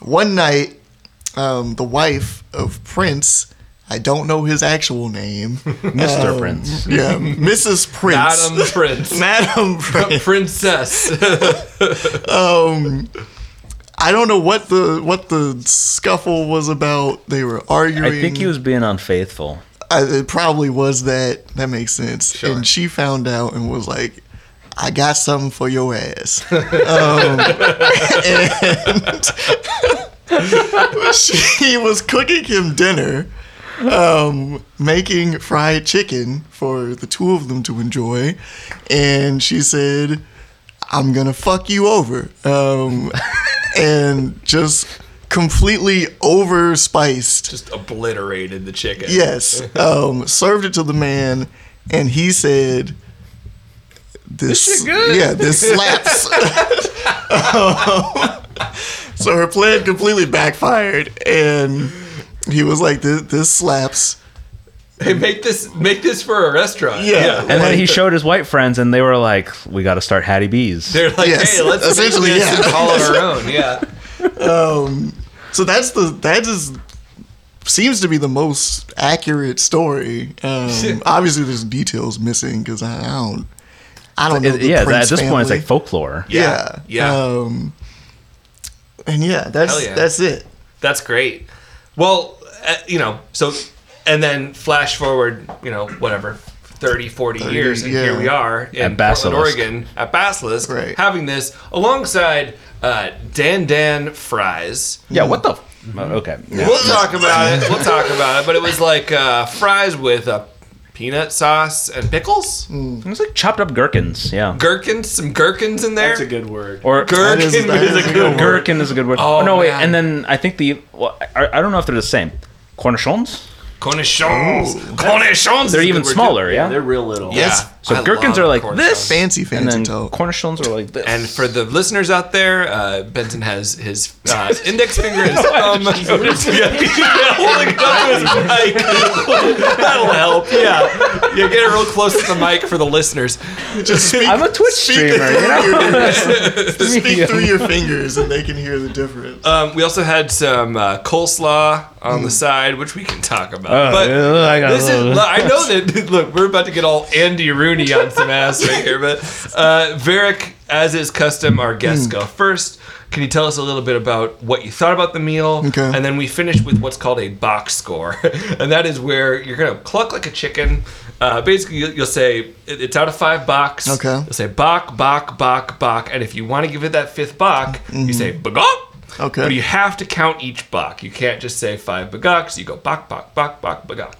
one night um, the wife of Prince. I don't know his actual name.
Mr.
Um,
Prince.
Yeah, Mrs. Prince.
Adam Prince.
Madam Prince.
Princess.
Um, I don't know what the what the scuffle was about. They were arguing.
I think he was being unfaithful.
I, it probably was that. That makes sense.
Sure.
And she found out and was like, "I got something for your ass." um, and she was cooking him dinner, um, making fried chicken for the two of them to enjoy, and she said, "I'm gonna fuck you over," um, and just completely overspiced
Just obliterated the chicken.
Yes. Um, served it to the man, and he said, "This, yeah, this slaps." Um, so her plan completely backfired, and he was like, "This, this slaps."
Hey, make this make this for a restaurant.
Yeah.
And then
Like-
he showed his white friends, and they were like, "We got to start Hattie B's."
They're like,
Yes.
hey, let's essentially
Essentially,
this
yeah.
and call it our own. Yeah.
Um, so that's the that is seems to be the most accurate story. Um, obviously, there's details missing because I, I don't. I don't know.
It-
the
yeah,
Prince
at this point, it's
family.
like folklore.
Yeah.
Yeah.
Um, and yeah, that's
Hell yeah.
that's it.
That's great. Well, uh, you know, so and then flash forward, you know, whatever, 30, 40 years, and
yeah.
here we are in
At
Portland,
Basilisk.
Oregon, at Basilisk,
Right.
having this alongside uh, Dan Dan Fries.
Yeah, what the? F- uh, okay. Yeah.
We'll talk about it. We'll talk about it. But it was like uh, fries with a peanut sauce and pickles,
It was like chopped up gherkins. Yeah.
gherkins, some gherkins in there.
That's a good word.
Or
Gherkin
That
is,
is- that
a
is a
good,
good
word.
gherkin is a good word.
Oh,
Oh, no, wait.
man.
And then I think the well, I, I don't know if they're the same. Cornichons.
Cornichons. Cornichons.
They're
is a
even
good word, too.
smaller. Yeah.
They're real little.
Yeah.
Yes.
so
I
gherkins
love
are like
cornichons.
this,
Fancy, fancy
and then
dope.
cornichons are like this.
And for the listeners out there, uh, Benson has his uh, index finger and his thumb. yeah, yeah, holding it up to his mic. That'll help. Yeah, yeah. Get it real close to the mic for the listeners.
Just speak,
I'm a Twitch
speak
streamer.
through
You know?
your- speak through your fingers, and they can hear the difference.
Um, we also had some uh, coleslaw on
Mm.
the side, which we can talk about.
Oh,
but
yeah, Uh, I got
this
a
is,
little-
look, I know that. Look, we're about to get all Andy Rooney on some ass right here, but uh, Varick, as is custom, our
Mm.
guests go first. Can you tell us a little bit about what you thought about the meal?
Okay.
And then we finish with what's called a box score, and that is where you're gonna cluck like a chicken. Uh, basically, you'll, you'll say it- it's out of five box.
Okay.
You'll say bok, bok, bok, bok, and if you want to give it that fifth bok,
Mm-hmm.
you say bagok.
Okay.
But you have to count each bok. You can't just say five bagoks. You go bok, bok, bok, bok, bagok.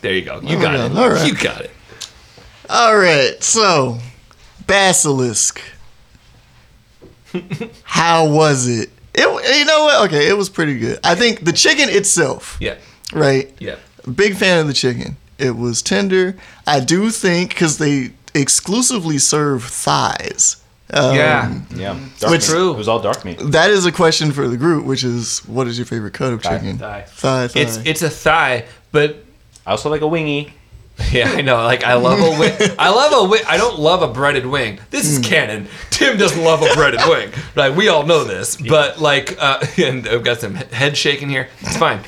There you go. You got
yeah.
it.
Oh, All right.
You got it.
All right, so basilisk. How was it? It you know what? Okay, it was pretty good. I think the chicken itself,
Yeah.
right?
Yeah.
Big fan of the chicken. It was tender. I do think because they exclusively serve thighs. Um,
yeah.
Yeah,
Which-
meat. It was all dark meat.
That is a question for the group, which is what is your favorite cut of
Thigh.
chicken?
Thigh.
Thigh. thigh.
It's it's a thigh, but
I also like a wingy.
yeah, I know. Like I love a wing. I love a wing. I don't love a breaded wing. This
Hmm.
is canon. Tim doesn't love a breaded wing. Like we all know this. But like, uh, and I've got some he- head shaking here. It's fine.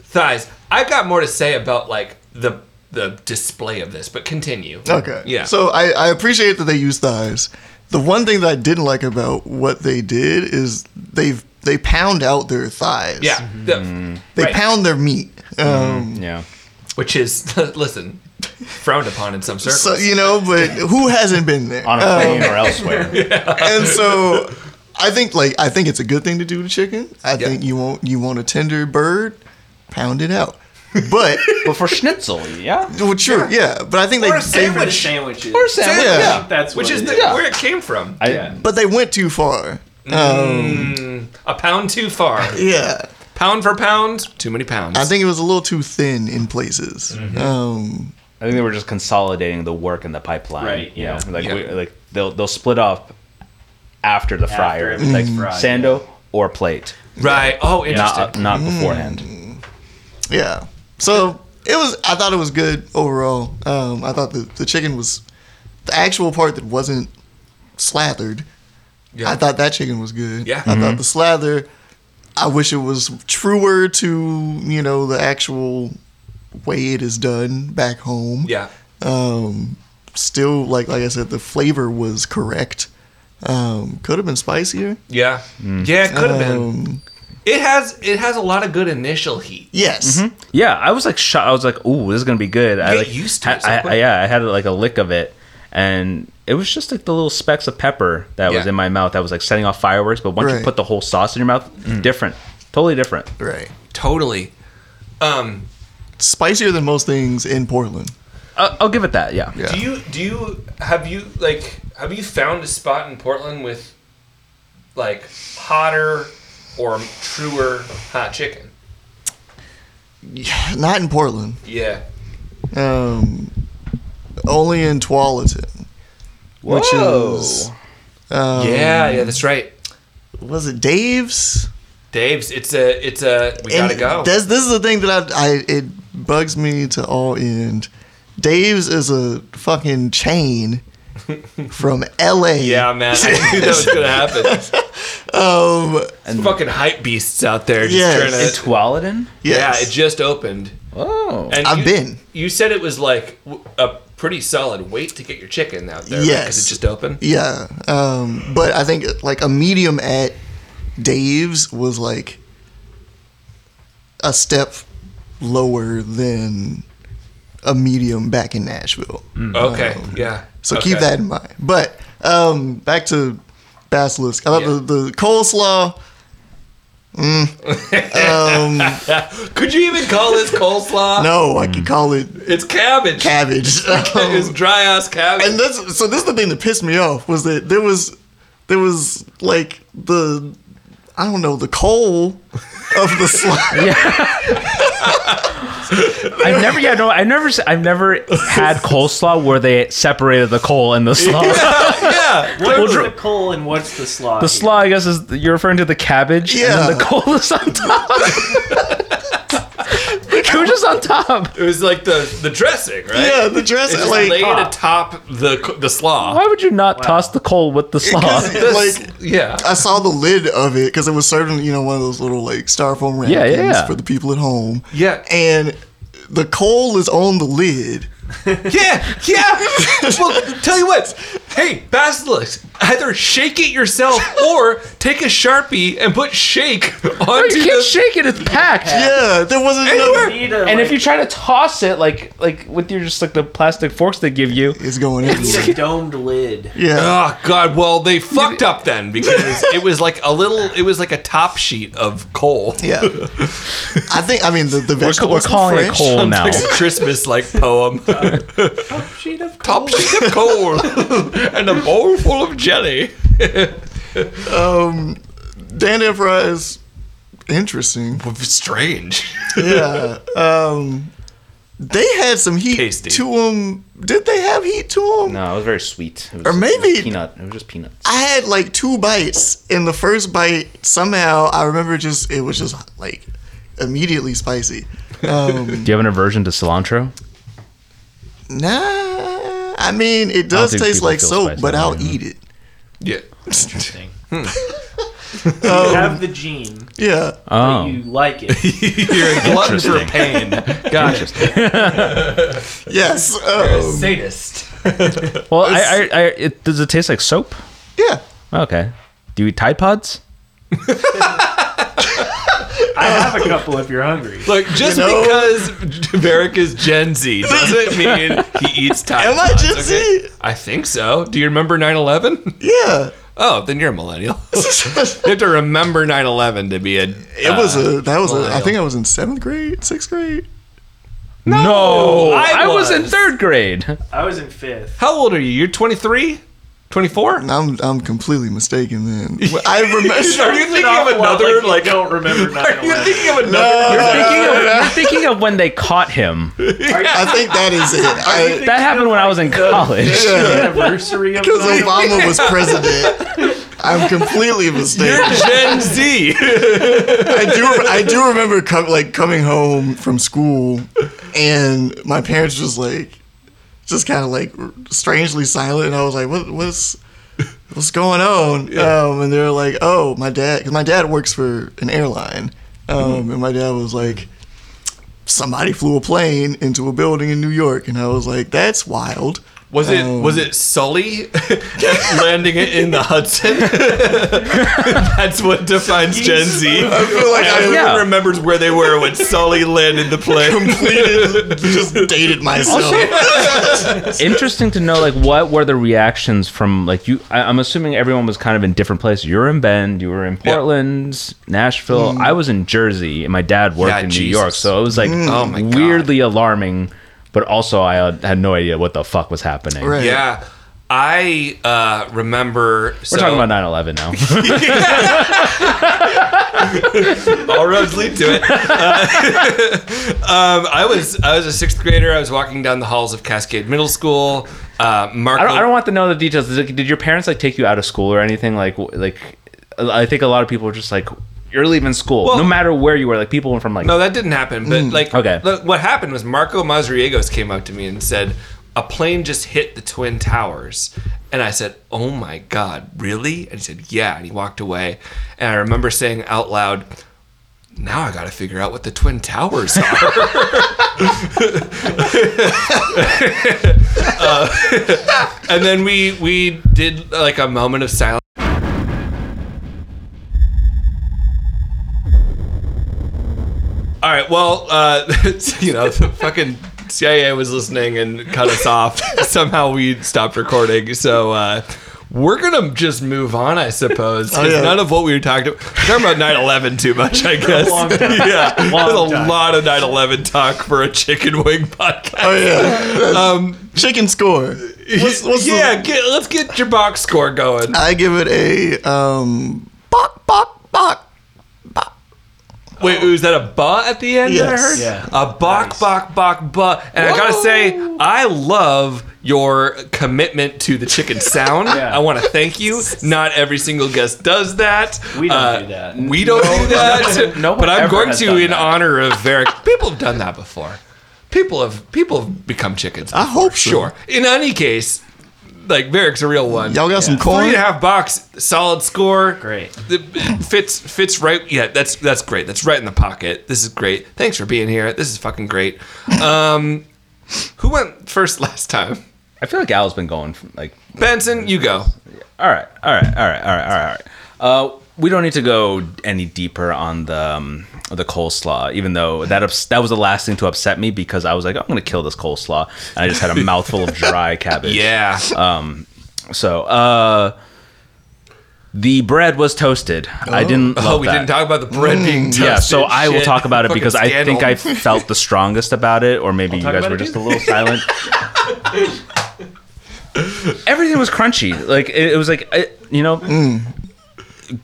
Thighs. I've got more to say about like the the display of this, but continue.
Okay.
Yeah.
So I, I appreciate that they use thighs. The one thing that I didn't like about what they did is they've they pound out their thighs.
yeah, the-
They
right.
pound their meat. Um,
Mm, Yeah,
which is listen frowned upon in some circles.
So you know, but who hasn't been there?
on a
Um,
plane or elsewhere.
and so I think like I think it's a good thing to do to chicken. I think you want you want a tender bird, pound it out. But
But for schnitzel, yeah.
well, sure, yeah. But I think
Or
they
a
they-
sandwich.
Sandwiches.
Or sandwich.
Yeah.
I think That's
which
what
is
it
the,
Yeah.
where it came from.
I,
Yeah.
but they went too far. Um,
A pound too far.
yeah.
pound for pound, too many pounds.
I think it was a little too thin in places.
Mm-hmm.
Um,
I think they were just consolidating the work in the pipeline.
Right,
you
yeah.
know? Like
Yeah.
We, like they'll they'll split up after the fryer,
everything's
Mm.
like
fried,
sando or plate,
right. Oh,
not
interesting.
not
Mm.
beforehand.
yeah. So it was. I thought it was good overall. Um, I thought the the chicken was the actual part that wasn't slathered.
Yeah.
I thought that chicken was good.
Yeah.
I thought the slather. I wish it was truer to you know the actual way it is done back home.
yeah.
Um, still like like I said, the flavor was correct. Um, could have been spicier.
Yeah. Yeah, it could have been.
Um,
It has it has a lot of good initial heat.
Yes.
Yeah, I was like shot. I was like, "Ooh, this is gonna be good." I
Get
like,
used to it so
I- I-
quick.
yeah, I had like a lick of it, and it was just like the little specks of pepper that was
Yeah.
in my mouth that was like setting off fireworks. But once
Right.
you put the whole sauce in your mouth, different, totally different.
Right.
Totally. Um
Spicier than most things in Portland.
Uh, I'll, I'll give it that. Yeah.
Yeah.
do you do you have you like have you found a spot in Portland with like hotter or truer hot chicken?
Yeah, not in Portland.
Yeah.
Um, only in Tualatin. Which
Whoa.
is um,
yeah, yeah, that's right.
Was it Dave's?
Dave's it's a it's a we gotta
And
go.
This, this is the thing that I, I it bugs me to all end. Dave's is a fucking chain from L.A.
yeah, man. I knew that was gonna happen.
Um.
And fucking hype beasts out there just
Yes.
trying to
In Tualatin?
Yeah,
Yes.
it just opened.
Oh.
And
I've
you-
been.
You said it was like w- a pretty solid wait to get your chicken out there. Yes. Because
Yes.
it just opened.
yeah. Um. But I think like a medium at Dave's was like a step lower than a medium back in Nashville.
Okay. Yeah.
um, So
Mm, Okay.
keep that in mind. But um, back to Basilisk. I thought
Yeah.
the, the coleslaw. Mm, um,
Could you even call this coleslaw?
no, I
Mm.
could call it
It's cabbage.
cabbage.
It's
Um,
dry ass cabbage.
and that's so. This is the thing that pissed me off was that there was there was like the I don't know the coal of the slime.
I never, yeah, no, I never, s- I've never had coleslaw where they separated the coal and the slaw.
yeah.
What's
Well,
the coal and what's the slaw?
The slaw, I guess, is you're referring to the cabbage, and
Yeah.
then the coal is on top. it was just on top.
It was like the the dressing, right?
Yeah, the dress
It just
like
laid atop the co- the slaw.
Why would you not toss the coal with the slaw?
like
Yeah.
I saw the lid of it because it was serving, you know, one of those little like styrofoam ramekins
Yeah, yeah, yeah.
for the people at home.
Yeah.
And the coal is on the lid.
Yeah, yeah. well, tell you what. Hey, basilisk, either shake it yourself or take a sharpie and put shake
You
onto
can't
the.
shake it; it's packed.
Yeah, there wasn't
Anywhere.
enough.
Need a,
And if
like,
you try to toss it, like like with your just like the plastic forks they give you,
It's going everywhere.
a domed lid.
Yeah.
Oh God! Well, they fucked up then because it was like a little. It was like a top sheet of coal.
Yeah. I think, I mean, the, the
we're, ca- we're
vegetables were
calling it
fresh.
coal now.
Like a Christmas like poem.
Sheet of
topsy of coal and a bowl full of jelly.
Dan Evra is interesting.
Strange.
Yeah. um, they had some heat
Tasty.
to them. Did they have heat to them?
No, it was very sweet. It was,
Or
it was
maybe-
peanut. It was just peanuts.
I had like two bites. In the first bite, somehow I remember just it was just like immediately spicy. Um,
Do you have an aversion to cilantro?
nah, I mean it does
think
taste
people
like
feel
soap,
spicy
but
that
I'll
way,
eat it.
Yeah. Oh.
you have the gene,
Yeah,
Oh,
but you like it.
You're a glutton for pain. Got it.
yes, um,
Sadist.
well, I, I, I it, does it taste like soap?
yeah.
Okay. Do you eat Tide Pods?
I have a couple if you're hungry.
Look, just
You know-
because Varric is Gen Z doesn't mean he eats Tide
Am I
Pods,
Gen Z?
I think so. Do you remember 9/11?
Yeah,
Oh, then you're a millennial.
it
you have to remember 9/11 to be a. It
was a that was a, I
millennial.
think I was in seventh grade, sixth grade.
No,
I
I, was. in
was.
third grade.
I was in fifth.
How old are you? You're 23, 24.
I'm I'm completely mistaken then. I remember.
Are you thinking
Off
of
a lot,
another
like,
like?
you don't remember
You're
9/11.
thinking of another.
Thinking of- you're thinking of when they caught him.
uh, I think that is it. I,
That happened when I was in college.
yeah,
anniversary of
because
9/11.
Obama was president. I'm completely mistaken.
Gen Z.
I do. I do remember com- like coming home from school, and my parents just like, just kind of like strangely silent. And I was like, "What? What's what's going on?" Um, and they're like, "Oh, my dad. Because my dad works for an airline." Um, And my dad was like, "Somebody flew a plane into a building in New York," and I was like, "That's wild."
Was it
Um,
was it Sully landing it in the Hudson? That's what defines Gen Z.
I feel like I
Yeah.
Everyone remembers where they were when Sully landed the plane.
completed, just dated myself.
Interesting to know, like, what were the reactions from, like, you? I, I'm assuming everyone was kind of in different places. You were in Bend, you were in Portland, Nashville. I was in Jersey, and my dad worked
Yeah,
in New
Jesus.
York, so it was like
Oh my God.
weirdly alarming. But also, I had- had no idea what the fuck was happening.
Right.
Yeah, I uh, remember.
We're talking about 9 11 now.
all roads lead to it. Uh, um, I was I was a sixth grader. I was walking down the halls of Cascade Middle School. Uh, Marco,
I don't, I don't want to know the details. Did, did your parents like take you out of school or anything? Like, w- like I think a lot of people were just like, you're leaving school,
Well-
no matter where you were. Like people were from like, Mm,
No, that didn't happen. But like,
Okay.
look, what happened was Marco Mazriegos came up to me and said, "A plane just hit the twin towers," and I said, "Oh my god, really?" And he said, "Yeah," and he walked away. And I remember saying out loud. Now I got to figure out what the twin towers are. Uh, and then we we did like a moment of silence. All right. Well, uh, you know, the fucking CIA was listening and cut us off. Somehow we stopped recording. So uh, we're gonna just move on, I suppose. 'cause
Oh, yeah.
None of what we were talking about, talking about 9/11 too much, I guess.
long time.
Yeah, there's a
time.
lot of 9/11 talk for a chicken wing podcast. Um,
Oh yeah. chicken score. What's, what's the-
yeah, get, let's get your box score going.
I give it a um bok bok bok.
Wait, was that a ba at the end that I
Yes.
heard?
Yeah.
A bok,
Nice.
bok, bok, ba. And I gotta say, I love your commitment to the chicken sound.
Yeah.
I wanna thank you. Not every single guest does that. Uh,
We don't do that.
We don't do that.
no one
but I'm
ever
going
has
to,
done
in
that.
honor of Varric, people have done that before. People have people have become chickens.
I hope so.
Sure. In any case, like Varric's a real one.
Y'all got some corn?
Three and a half box, solid score.
Great.
It- it fits fits right. Yeah, that's that's great. That's right in the pocket. This is great. Thanks for being here. This is fucking great. Um, who went first last time?
I feel like Al's been going from, like,
Benson, you go.
all right, all right, all right, all right, all right. all right. Uh, we don't need to go any deeper on the um, the coleslaw, even though that ups- that was the last thing to upset me because I was like, I'm gonna kill this coleslaw, and I just had a mouthful of dry cabbage.
Yeah.
So, uh, the bread was toasted. I didn't.
oh,
love
we
that. Mm,
didn't talk about the bread being toasted.
Yeah, so I will
Shit.
talk about it
Fucking
because I think I
scandal.
felt the strongest about it, or maybe you
talk
guys
about
were
it
just a
too.
little silent. everything was crunchy. Like it, it was like I, you know,
Mm.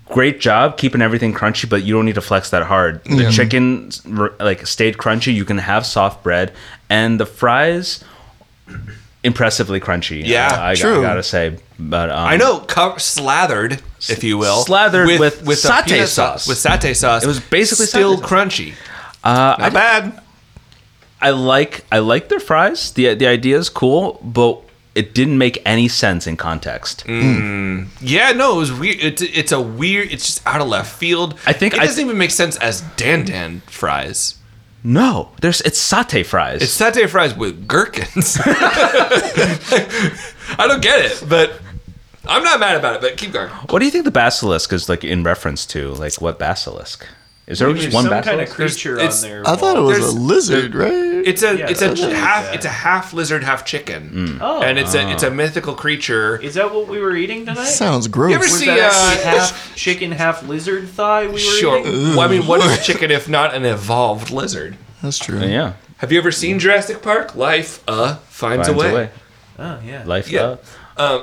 great job keeping everything crunchy, but you don't need to flex that hard. The chicken r- like stayed crunchy. You can have soft bread, and the fries impressively crunchy.
Yeah,
I, I g- I
true.
gotta say, but um,
I know, co- slathered, if you will,
Slathered with
a
satay
peanut
sauce.
With satay sauce,
It was basically
still
satay sauce.
crunchy.
Uh,
Not
I,
bad.
I like I like their fries. the The idea is cool, but it didn't make any sense in context.
Mm. Yeah, no, it was weird. It's, it's a weird. It's just out of left field.
I think
it
I-
doesn't even make sense as dan dan fries.
No, there's it's satay fries.
It's satay fries with gherkins. I don't get it, but I'm not mad about it. But keep going.
What do you think the basilisk is like in reference to? Like what basilisk? Is there just
There's
one
some
basilisk?
kind of creature
There's-
on there.
I thought it was
There's-
a lizard, right?
It's a
Yeah,
it's a
something like
half
that.
it's a half lizard half chicken,
Mm.
Oh.
and it's a it's
Ah.
a mythical creature.
Is that what we were eating tonight?
Sounds gross.
You ever
was
see-
that
uh,
actually half chicken, half lizard thigh we were
Sure.
eating?
Well, I mean, what is chicken if not an evolved lizard?
That's true.
yeah,
Have you ever seen Jurassic Park? Life uh finds,
finds
a way.
Oh, yeah.
Life.
Yeah.
uh,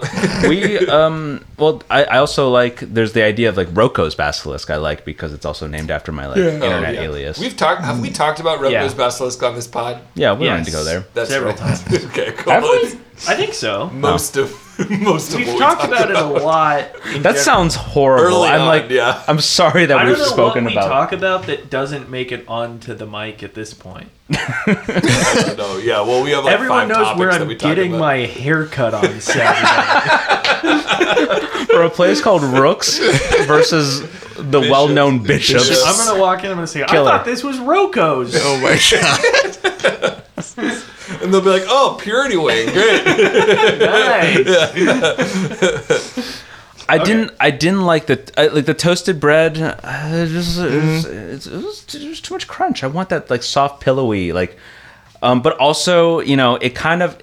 we um. Well, I, I also like. There's the idea of like Rocco's basilisk. I like because it's also named after my like
Oh,
internet
yeah.
alias.
We've talked. Have we talked about Rocco's
Yeah.
basilisk on this pod?
yeah, we don't need to
Yes.
go there.
That's
Several
right.
times.
okay, cool.
Have we?
That's
I think so.
Most of most of
We've
what we
talked about it a lot. in
That
general.
sounds horrible.
Early
I'm
on,
like,
yeah.
I'm sorry that
I
we've
don't know
spoken
what we
about.
talk about that doesn't make it onto the mic at this point.
No, yeah. Well, we have like
Everyone
five
knows where
topics that
I'm
we talked
getting
about.
my hair cut on Saturday.
For a place called Rooks versus the well-known Bishops.
Bishops.
I'm gonna walk in. I'm gonna say,
Killer.
I thought this was Rocco's.
Oh my god.
and they'll be like, "Oh, Purity Wing, great."
Nice.
I didn't. I didn't like the I, like the toasted bread. Uh, it just, it
Mm-hmm.
was, it's- it was, it was too much crunch. I want that like soft, pillowy, like. Um, but also, you know, it kind of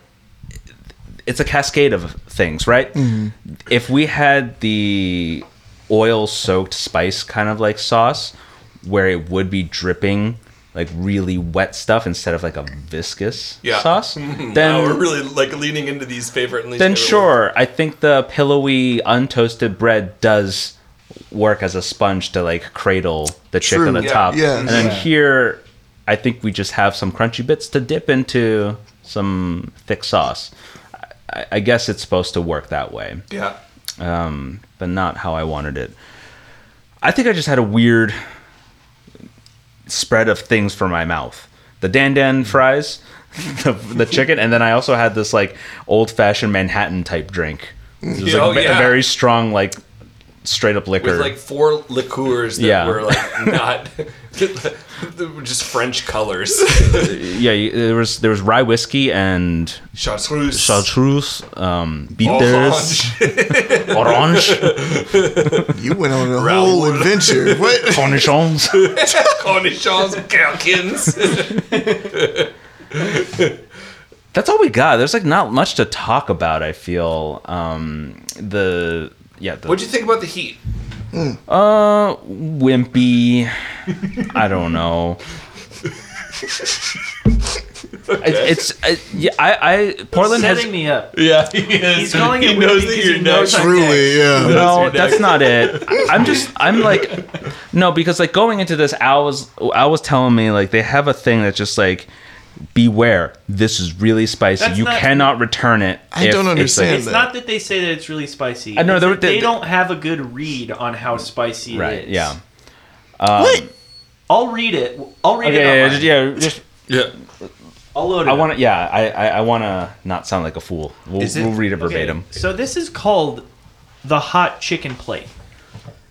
it's a cascade of things, right?
Mm-hmm.
If we had the oil-soaked spice kind of like sauce, where it would be dripping like really wet stuff instead of like a viscous
Yeah.
sauce,
Now
then
we're really like leaning into these favorite and least
then
favorite
sure i think the pillowy untoasted bread does work as a sponge to like cradle the chick on
True,
the
yeah,
top
yes.
and then
Yeah.
here i think we just have some crunchy bits to dip into some thick sauce I, I guess it's supposed to work that way
ones. Yeah.
but not how i wanted it i think i just had a weird spread of things for my mouth the dan dan fries the, the chicken and then i also had this like old-fashioned manhattan type drink it was like
Oh,
ve-
yeah.
a very strong like straight up liquor
With like four liqueurs that
Yeah.
were like not they were just French colors.
yeah you- there was there was rye whiskey and
Chartreuse. Oh,
chartreuse um bitters
Orange.
orange
You went on a whole adventure. What?
cornichons
Cornichons, Calkins.
that's all we got there's like not much to talk about i feel um the yeah the
What'd you think about the heat?
Uh, wimpy. I don't know. It, it's uh, yeah. I, I Portland has
setting me up.
Yeah,
He's calling it knows because he knows I'm
Truly, yeah.
no. That's not it. I'm just. I'm like no because like going into this, Al was Al was telling me like they have a thing that's just like beware. This is really spicy.
That's
you
not-
cannot return it.
I
if
don't
it's, like-
understand
It's not that they say that it's really spicy.
I know,
It's
they-
that they,
they-
don't have a good read on how spicy
right.
it is.
Yeah.
what?
I'll read it. I'll read
Okay.
it.
Yeah.
online.
Yeah. Just, yeah, just
Yeah.
I'll load it.
I
up.
want to. Yeah. I. I, I want to not sound like a fool. We'll,
Is it-
we'll read it
Okay,
verbatim.
So this is called the hot chicken plate,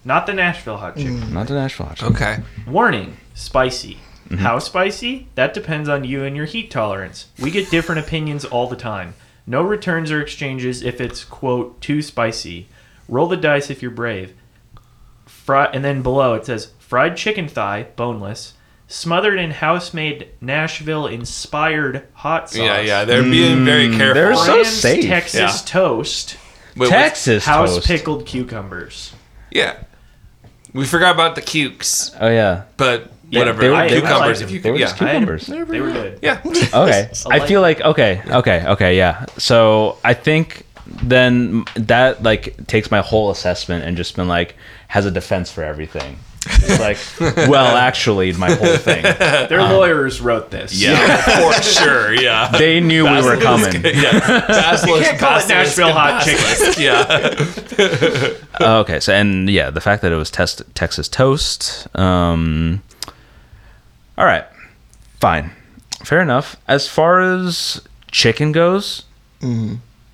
not the Nashville hot chicken.
Not the Nashville hot chicken.
Okay.
Warning: spicy.
Mm-hmm.
How spicy? That depends on you and your heat tolerance. We get different opinions all the time. No returns or exchanges if it's quote too spicy. Roll the dice if you're brave. Fry, and then below it says fried chicken thigh, boneless, smothered in house-made Nashville-inspired hot sauce.
Yeah, yeah. They're being very careful.
there's- So
Brand's
safe.
Texas
Yeah.
toast.
Wait, what's-
Texas
House
toast.
pickled cucumbers.
Yeah. We forgot about the cukes,
Oh yeah,
but
Yeah,
whatever.
they were- they were
cucumbers,
like-
if you
they
could.
were
Yeah.
just cucumbers.
They were good.
Yeah.
a
Okay, I
light-
feel like okay, okay, okay, yeah. So I think then that like takes my whole assessment and just been like has a defense for everything. It's like, well, actually, my whole thing.
Their
uh,
lawyers wrote this.
Yeah,
for sure. Yeah.
they knew we were coming.
Yeah. Basilisk,
can't call it
basilisk,
Nashville hot chicken.
basilisk, Yeah.
Uh, okay, so and yeah, the fact that it was test- Texas toast. Um, all right, fine, fair enough. As far as chicken goes,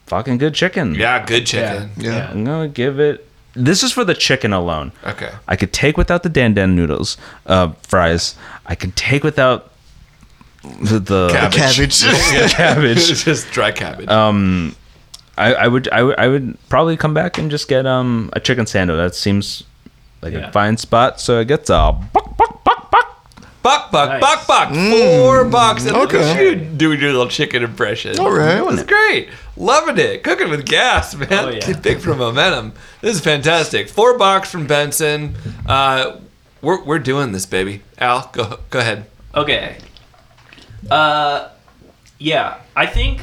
fucking good chicken.
Yeah. Good chicken.
Yeah.
I'm gonna give it. This is for the chicken alone.
Okay.
I could take without the dan dan noodles, uh, fries. I can take without the, the
Cabbage.
Cabbage.
cabbage.
It's just dry cabbage.
I, I would I would I would probably come back and just get um a chicken sando. That seems like
Yeah.
a fine spot. So I get a buck buck buck buck.
buck, buck,
Nice.
buck, buck. Four bucks. And look at
Mm, okay.
you doing your little chicken impression.
All right.
It was great. Loving it. Cooking with gas, man.
Oh, yeah.
Big for momentum. This is fantastic. Four bucks from Benson. Uh, we're, we're doing this, baby. Al, go, go ahead.
Okay. Uh, yeah, I think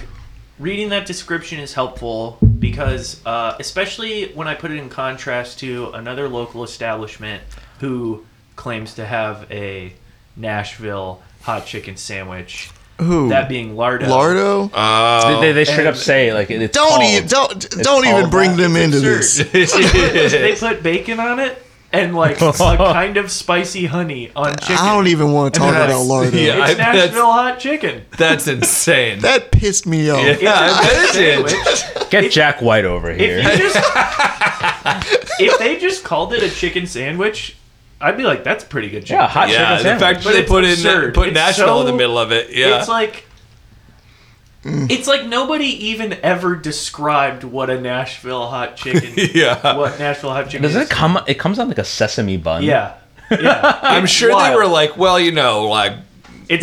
reading that description is helpful because, uh, especially when I put it in contrast to another local establishment who claims to have a Nashville hot chicken sandwich.
Who?
That being Lardo.
Lardo.
Oh.
They, they straight up say like it's
don't
called-
even don't don't even
called
bring
that.
them into this.
Absurd. They put bacon on it and like a kind of spicy honey on chicken.
I don't even want to talk
that's-
about Lardo.
yeah. I-
it's
that's-
Nashville hot chicken.
That's insane.
That pissed me off.
yeah, I bet it did.
Sandwich.
Get Jack White over here.
If you just if they just called it a chicken sandwich, I'd be like, that's a pretty good chicken.
yeah, hot
Yeah,
chicken
the fact that
sandwich.
But
they
it's
put in
absurd.
put
It's
Nashville in the
so-
middle of it. Yeah,
It's like
Mm.
it's like nobody even ever described what a Nashville hot chicken.
Yeah.
What Nashville hot chicken
Does
is.
it come? It comes on like a sesame bun.
Yeah. Yeah.
I'm
It's
sure they
wild.
were like, well, you know, like
it's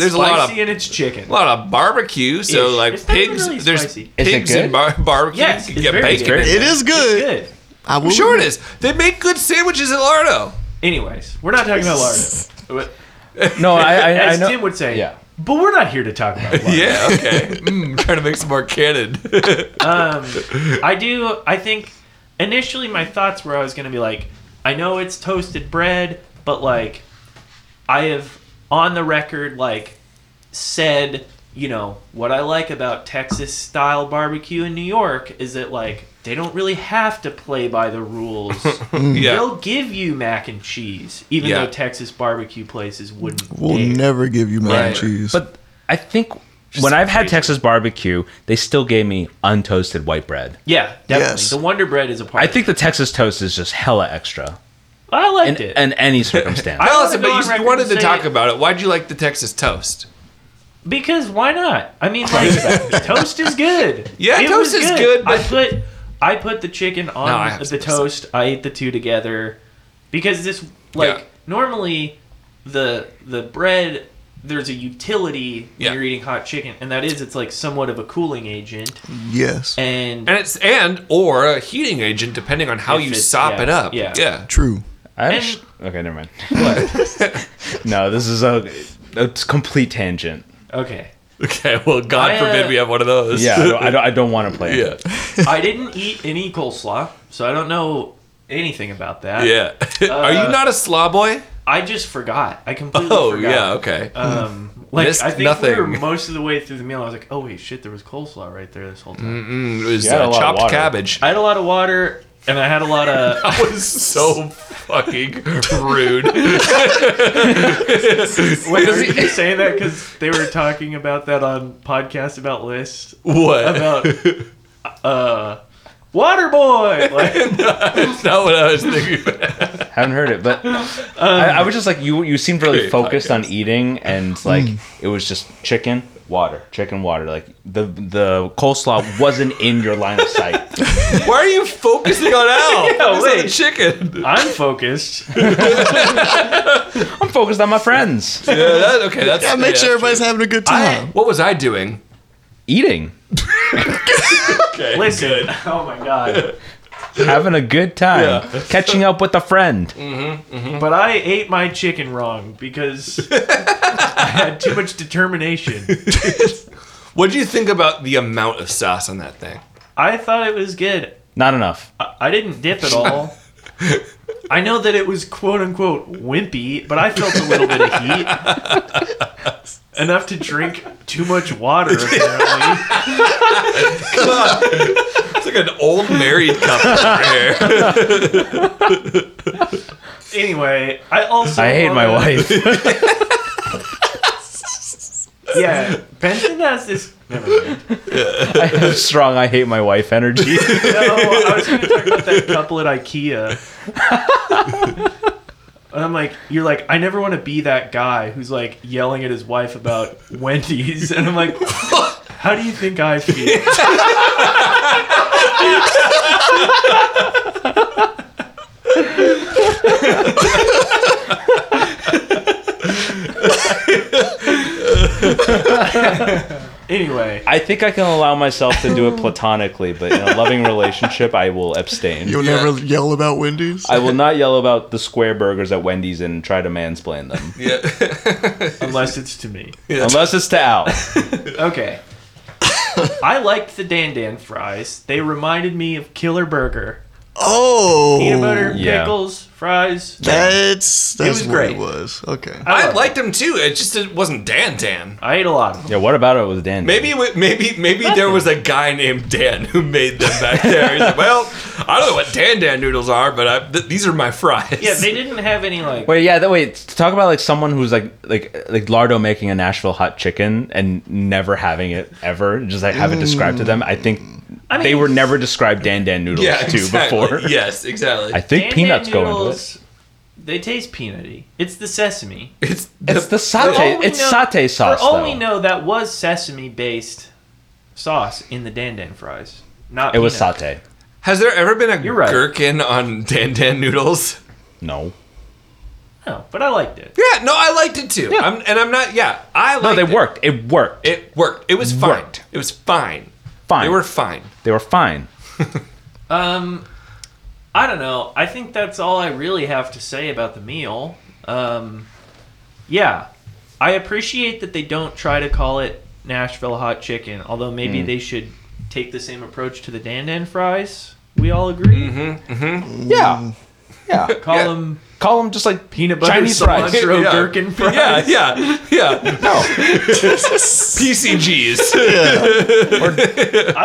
there's a
spicy
lot of-
and it's chicken.
a lot of barbecue, so
Ish.
like
It's not
pigs.
really
there's
spicy.
Is it
pigs
good?
and bar- barbecue.
Yes,
you
it's
get
very
bacon.
good.
in
It
there.
is good.
Good.
I will
I'm sure it
admit.
is. Oh, They make good sandwiches at Lardo.
Anyways, we're not talking about lardo.
No, I I, I
As
know.
Tim would say.
Yeah.
But we're not here to talk about lardo.
Yeah, okay. mm, trying to make some more canon.
um, I do. I think initially my thoughts were I was gonna be like, I know it's toasted bread, but like, I have on the record like said, you know, what I like about Texas style barbecue in New York is that like they don't really have to play by the rules.
yeah,
They'll give you mac and cheese, even
Yeah.
though Texas barbecue places wouldn't.
We'll
dare.
never give you mac
Right.
and cheese.
But I think when I've had Texas barbecue, they still gave me untoasted white bread.
yeah, definitely.
Yes.
The Wonder Bread is a part.
I
of
think the Texas toast is just hella extra
it. I liked
in,
it.
in any circumstance.
I
tell
wanna
us
go on
about. You,
record
you wanted
and
to
say-
talk about it. Why'd you like the Texas toast?
Because why not? I mean, like toast is good.
Yeah,
was
toast is good,
I
but-
put I put the chicken on
No, I have
the
some-
toast. I ate the two together because this like
Yeah.
normally the the bread there's a utility when
Yeah.
you're eating hot chicken, and that is it's like somewhat of a cooling agent
yes.
and.
Mm-hmm. And it's and or a heating agent, depending on how
If
you
it's-
sop
yeah,
it up.
yeah.
yeah.
True.
I
And-
sh- okay, never mind. no, this is a, a complete tangent.
Okay,
Okay. Well, God
I, uh,
forbid we have one of those.
Yeah, I don't, I don't, I don't want to play.
yeah.
It.
I didn't eat any coleslaw, so I don't know anything about that.
Yeah. Are you not a slaw boy?
Uh, I just forgot. I completely
Oh
forgot.
yeah. Okay.
Um, like
Missed
I think
nothing.
we were most of the way through the meal. I was like, oh wait, shit, there was coleslaw right there this whole time.
Mm, it was
You had
uh,
a lot of
chopped
water.
cabbage.
I had a lot of water, and I had a lot of.
That was so fucking rude.
wait, are you saying that because they were talking about that on podcast about lists
what?
about uh, water boy? Like,
That's not what I was thinking. About.
Haven't heard it, but I, I was just like you. You seemed really
Great Mm.
focused on eating, and like it was just chicken, water, chicken, water. Like the the coleslaw wasn't in your line of sight.
Why are you focusing on Al? Focus on the
wait.
chicken.
I'm focused.
I'm focused on my friends
Yeah, that, okay, that's.
I make
yeah.
sure everybody's having a good
I-
time.
what was I doing?
eating,
Okay.
Listen, oh my god!
having a good time,
Yeah. Mm.
catching up with a friend.
But I ate my chicken wrong because I had too much determination.
What do you think about the amount of sauce on that thing?
I thought it was good.
Not enough.
I, I didn't dip at all. I know that it was quote unquote wimpy, but I felt a little bit of heat. Enough to drink too much water, apparently.
It's like an old married couple here.
Anyway, I also.
I hate my
wanna-
wife.
Yeah, Benson has this. Never mind.
I have strong I hate my wife energy.
No, Oh, I was going to talk about that couple at IKEA. And I'm like, you're like, I never want to be that guy who's like yelling at his wife about Wendy's. And I'm like, how do you think I feel? anyway,
I think I can allow myself to do it platonically, but in a loving relationship, I will abstain.
You'll
Yeah.
never yell about Wendy's.
I will not yell about the square burgers at Wendy's and try to mansplain them.
Yeah.
unless it's to me.
Unless it's to Al.
Okay. I liked the Dan Dan fries. They reminded me of Killer Burger.
oh,
Peanut butter,
yeah.
pickles, fries.
That's that's
was
what
great.
it was. Okay.
I
I
love
liked him too. It just it wasn't Dan Dan.
I ate a lot of them.
Yeah, what about it was Dan?
Maybe it wa- maybe maybe there was a guy named Dan who made them back there. He's like, well, I don't know what Dan Dan noodles are, but I, th- these are my fries.
Yeah, they didn't have any like.
Wait, yeah, that wait. To talk about like someone who's like like like Lardo making a Nashville hot chicken and never having it ever, just like have it described to them. I think
Mm. mean-
they were never described Dan Dan noodles
yeah,
to
exactly.
before.
Yes, exactly.
I think
Dan Dan
peanuts go into it.
noodles, They taste peanutty. It's the sesame.
it's
It's the
For all
satay.
we
It's
know-
satay sauce
For all
though.
we know, that was sesame based sauce in the Dan Dan fries. Not
it was
peanut.
satay.
Has there ever been a
You're right.
gherkin on Dan Dan noodles?
No,
No, but I liked it.
Yeah, no, I liked it too. I'm, and I'm not. Yeah, I liked
no, they
it.
worked. It worked.
It worked. It was fine.
Worked.
It was fine.
fine.
They were fine.
they were fine.
Um, I don't know. I think that's all I really have to say about the meal. Um, yeah, I appreciate that they don't try to call it Nashville hot chicken, although
Mm.
maybe they should take the same approach to the Dan Dan fries. We all agree.
Yeah, yeah.
Call
Mm-hmm. Yeah.
them
Call them just like
peanut butter
Chinese fries.
cilantro
Yeah.
gherkin fries.
Yeah, yeah, yeah.
No,
PCGs.
I- Uh,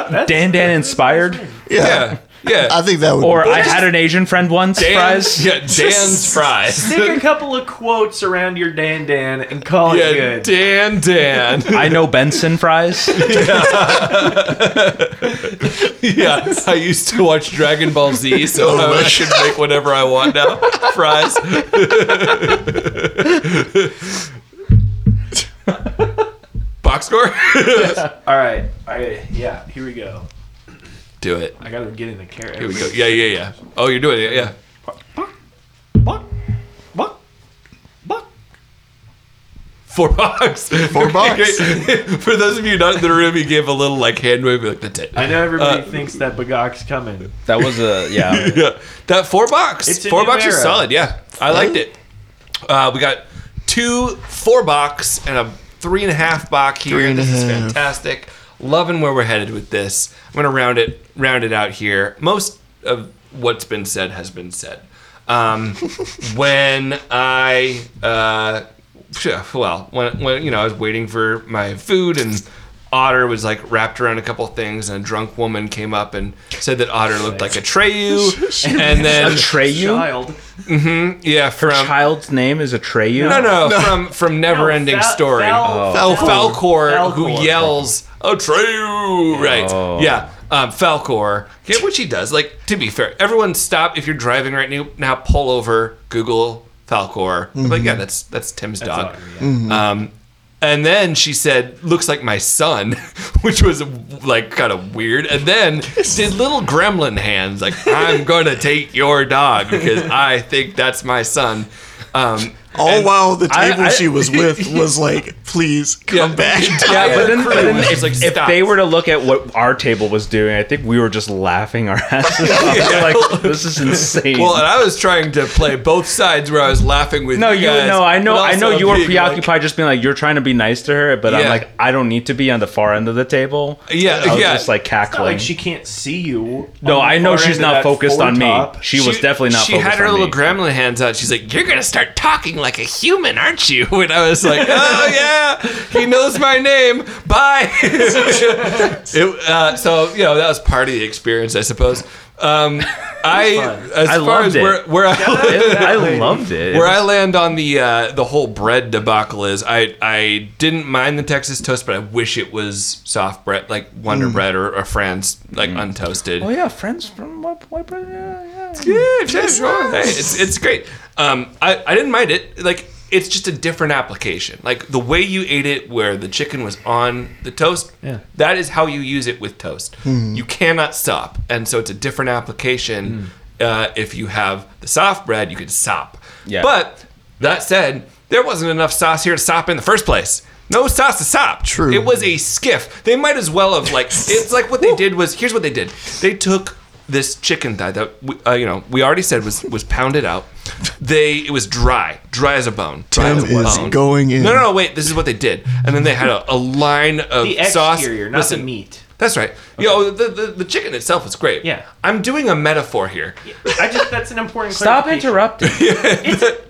that's-
Dan Dan inspired,
Yeah.
Yeah, yeah.
I think that would.
or
be
I had an Asian friend once.
Dan-
fries.
Yeah, Dan's fries.
Stick a couple of quotes around your Dan Dan and call it
Yeah,
good.
Dan Dan.
I know Benson fries.
Yeah, I used to watch Dragon Ball Z, so I, I should make whatever I want now. Fries. Box score?
All right, all right, yeah. Here we go.
Do it.
I gotta get in the carrot.
Here we go. Yeah, yeah, yeah. Oh, you're doing it. Yeah.
Buck, buck, buck.
Four bucks.
Four bucks.
For those of you not in the room, he gave a little like hand wave, like that's it.
I know everybody
Uh,
thinks that Bagak's coming.
That was a yeah.
yeah, that four box.
It's a
four
new
box is
era.
solid. Yeah, I liked it. Uh, we got two four box and a three and a half box here.
Three and a
this is
half.
fantastic. Loving where we're headed with this. I'm gonna round it round it out here. Most of what's been said has been said. Um, when I uh, phew, well, when when you know I was waiting for my food and. Otter was like wrapped around a couple things, and a drunk woman came up and said that Otter looked like a Treyu, and then
Atreyu.
Child.
yeah, from
Child's name is Atreyu.
no, no, from from Never Ending
Fal-
Story.
Fal-
Oh,
Fal-
Falcor,
Falcor.
who yells Atreyu, right?
Oh.
Yeah, um, Falcor. Yeah, which he does. Like to be fair, everyone stop if you're driving right now. Now pull over, Google Falcor. But yeah, that's that's Tim's dog.
Otter,
Um, and then she said, "Looks like my son," which was like kind of weird. And then did little gremlin hands like, "I'm gonna take your dog because I think that's my son." Um,
All while the
I-
table
I-
she was with was like, please come
Yeah.
back.
Yeah,
but then,
crew
but then
was
if,
just like,
if
"Stop."
they were to look at what our table was doing, I think we were just laughing our asses off.
Yeah.
Like this is insane.
Well, and I was trying to play both sides where I was laughing with
no,
you
you
guys,
no, I know,
but
I know
also
you were
being like-
preoccupied, just being like you're trying to be nice to her, but I'm
Yeah.
like I don't need to be on the far end of the table.
Yeah,
I was
yeah.
just like
Not
cackling.
like she can't see you.
no,
on the
I know
far end
she's
of
not
that
focused
fold
on
top.
me. She, was definitely not.
She
focused
had her
on
little
me.
gremlin hands out. She's like, "You're gonna start talking like a human, aren't you?" And I was like, "Oh yeah, he knows my name. Bye." It, uh, so you know that was part of the experience, I suppose. Um, I as
I
far
loved
as
it.
where where I,
It- I loved it.
where I land on the uh, the whole bread debacle is, I I didn't mind the Texas toast, but I wish it was soft bread, like Wonder Bread or, or France, like untoasted.
oh yeah, friends from White White Bread. Yeah, yeah.
Yeah, sure, sure. Hey, it's, it's great. Um, I, I didn't mind it. Like, it's just a different application. Like, the way you ate it, where the chicken was on the toast,
Yeah.
that is how you use it with toast. You cannot stop. And so it's a different application. Uh, if you have the soft bread, you can sop.
Yeah.
But that said, there wasn't enough sauce here to sop in the first place. No sauce to sop.
True.
It was a skiff. They might as well have like it's like what they did was here's what they did. They took this chicken thigh that we, uh, you know we already said was was pounded out. They it was dry, dry as a bone. Dry
Tim
as a
is
bone.
going in.
No, no, no, wait. This is what they did, and then they had a, a line of
The
sauce.
exterior, not the
Listen,
meat.
That's right. You know, the, the the chicken itself was great.
Yeah.
I'm doing a metaphor here.
I just that's an important.
Stop
clarification.
interrupting.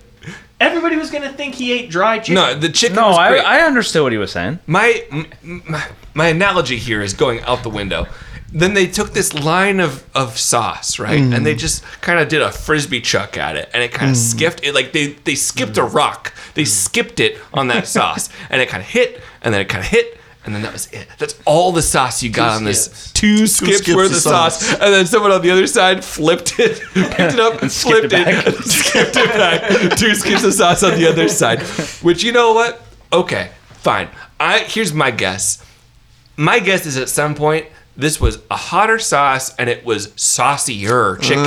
Everybody was gonna think he ate dry chicken.
No, the chicken.
No,
was
I,
great.
I understood what he was saying.
my, m- my my analogy here is going out the window. Then they took this line of, of sauce, right? And they just kind of did a frisbee chuck at it, and it kind of skipped it. Like they they skipped a rock. They skipped it on that sauce, and it kind of hit, and then it kind of hit, and then that was it. That's all the sauce you got on this.
skips.
Two skips,
skips
worth
of
of sauce.
sauce.
and then someone on the other side flipped it, picked it up, and
skipped
flipped
it
it, and skipped it back. Two skips of sauce on the other side. Which you know what? Okay, fine. I here's my guess. My guess is at some point this was a hotter sauce and it was saucier chicken,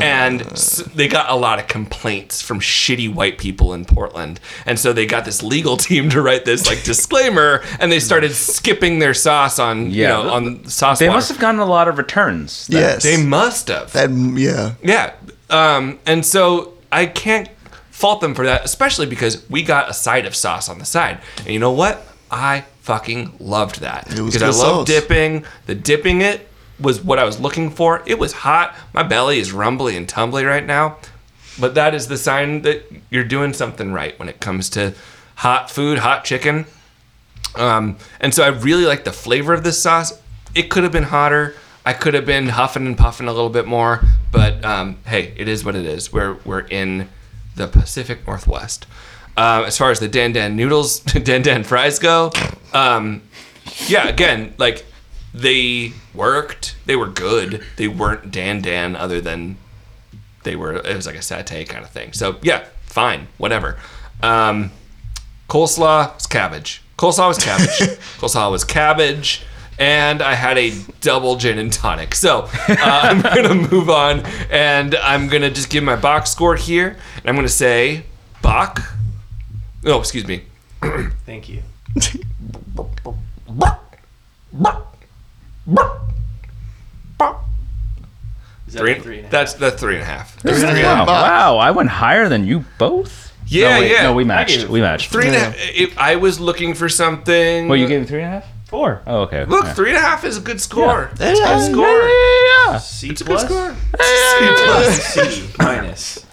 and s- they got a lot of complaints from shitty white people in Portland, and so they got this legal team to write this like disclaimer, and they started skipping their sauce on
Yeah.
you know on sauce.
They
water.
must have gotten a lot of returns. then.
Yes.
They must have.
that, yeah.
Yeah. Um, and so I can't fault them for that, especially because we got a side of sauce on the side. And you know what? I fucking loved that.
It was
Because I
good
love
sauce.
dipping. The dipping it was what I was looking for. It was hot. My belly is rumbly and tumbly right now. But that is the sign that you're doing something right when it comes to hot food, hot chicken. Um, and so I really like the flavor of this sauce. It could have been hotter. I could have been huffing and puffing a little bit more, but um, hey, it is what it is. We're we're in the Pacific Northwest. Um, as far as the Dan Dan noodles, Dan Dan fries go, um, yeah, again, like they worked. They were good. They weren't Dan Dan other than they were. It was like a satay kind of thing. So yeah, fine, whatever. Um, coleslaw was cabbage. Coleslaw was cabbage. coleslaw was cabbage. And I had a double gin and tonic. So uh, I'm going to move on and I'm going to just give my box score here. And I'm going to say Bach. Oh, excuse me.
Thank you. Is that
Three,
three? and a half?
that's that's three and a half. Three
Wow, wow, I went higher than you both.
Yeah,
no, wait,
yeah.
No, we
I
matched.
gave-
We matched.
and a half. If I was looking for something.
Well, you gave him three and a half.
four.
Oh, okay.
Look,
okay.
three and a half is a good score.
That's
That's a good score.
Yeah.
C
It's a good
plus.
score.
C minus.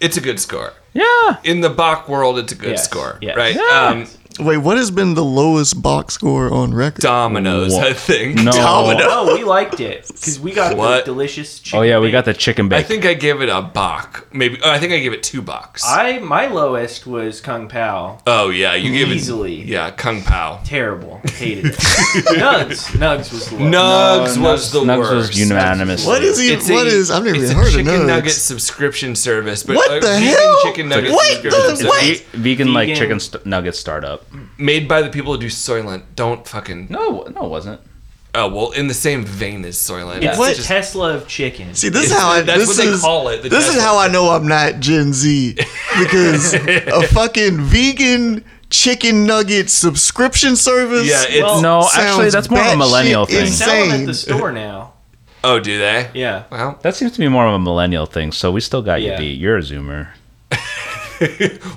It's a good score.
Yeah.
In the Bach world, it's a good
Yes,
score,
yes.
right?
Yeah.
Um,
Wait, what has been the lowest box score on record?
Dominoes,
Wha-
I think.
No.
Domino.
No, we liked it because we got
What?
the delicious chicken.
Oh yeah, we got the
bacon.
chicken
I
bake.
think I gave it a Bach. Maybe. Oh, I think I gave it two Bachs.
I my lowest was kung pao.
oh, yeah. You gave it.
Easily.
Yeah, Kung Pao.
Terrible. Hated it. Nugs. Nugs was the low.
Nugs
No,
was the
Nugs
worst.
was unanimous.
What is he? What
It's
is-
a-
I've never
it's
even
a
heard of
chicken
nuggets.
nugget subscription service, but
What
a
the
vegan
hell?
chicken nugget
Wait,
subscription
the-
service
wait.
Ve- vegan like
Vegan.
chicken st- nugget startup.
made by the people who do Soylent. Don't fucking
No, no, it wasn't.
Oh well, in the same vein as Soylent.
It's
It's
the
just-
Tesla of chicken.
See, this is
It's-
how I,
that's
this
what they
is,
call it, the
This is
Tesla
how I know I'm not Gen Z because a fucking vegan chicken nugget subscription service.
yeah, it's
Well-
no,
sounds
actually, that's more of a
batshit
millennial thing.
insane.
Sell them at
insane.
the store now.
oh, do they?
Yeah.
Well,
That seems to be more of a millennial thing. So we still got
Yeah.
you beat. You're a Zoomer.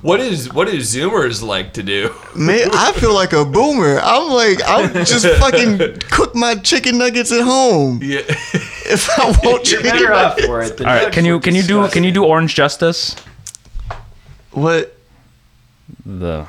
what is what do Zoomers like to do?
man. I feel like a boomer. I'm like, I'll just fucking cook my chicken nuggets at home
Yeah,
if I want
You're
chicken.
better off
nuggets.
for it.
All right, can you can you do can you do Orange Justice?
What?
The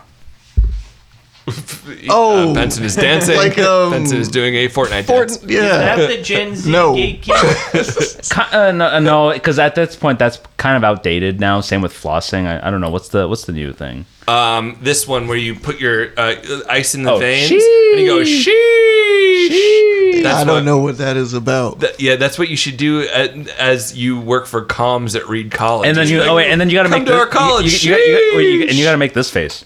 Oh.
Uh, Benson is dancing.
Like, um,
Benson is doing a Fortnite dance.
Fort, yeah.
That's the Gen Z
No.
gatekeeper.
Ki- uh, no, no, because at this point that's kind of outdated now. Same with flossing. I, I don't know what's the what's the new thing.
Um, this one where you put your uh, ice in the
Oh,
veins and you go
sheesh.
sheesh. That's
I don't
what-
know what that is about.
That- yeah, that's what you should do at, as you work for comms at Reed College.
And then you
Like,
oh wait, and then you got to
come
make
to
thi-
our college.
You, you, you, got- you, got- wait, you, and you
sheesh.
got to make this face.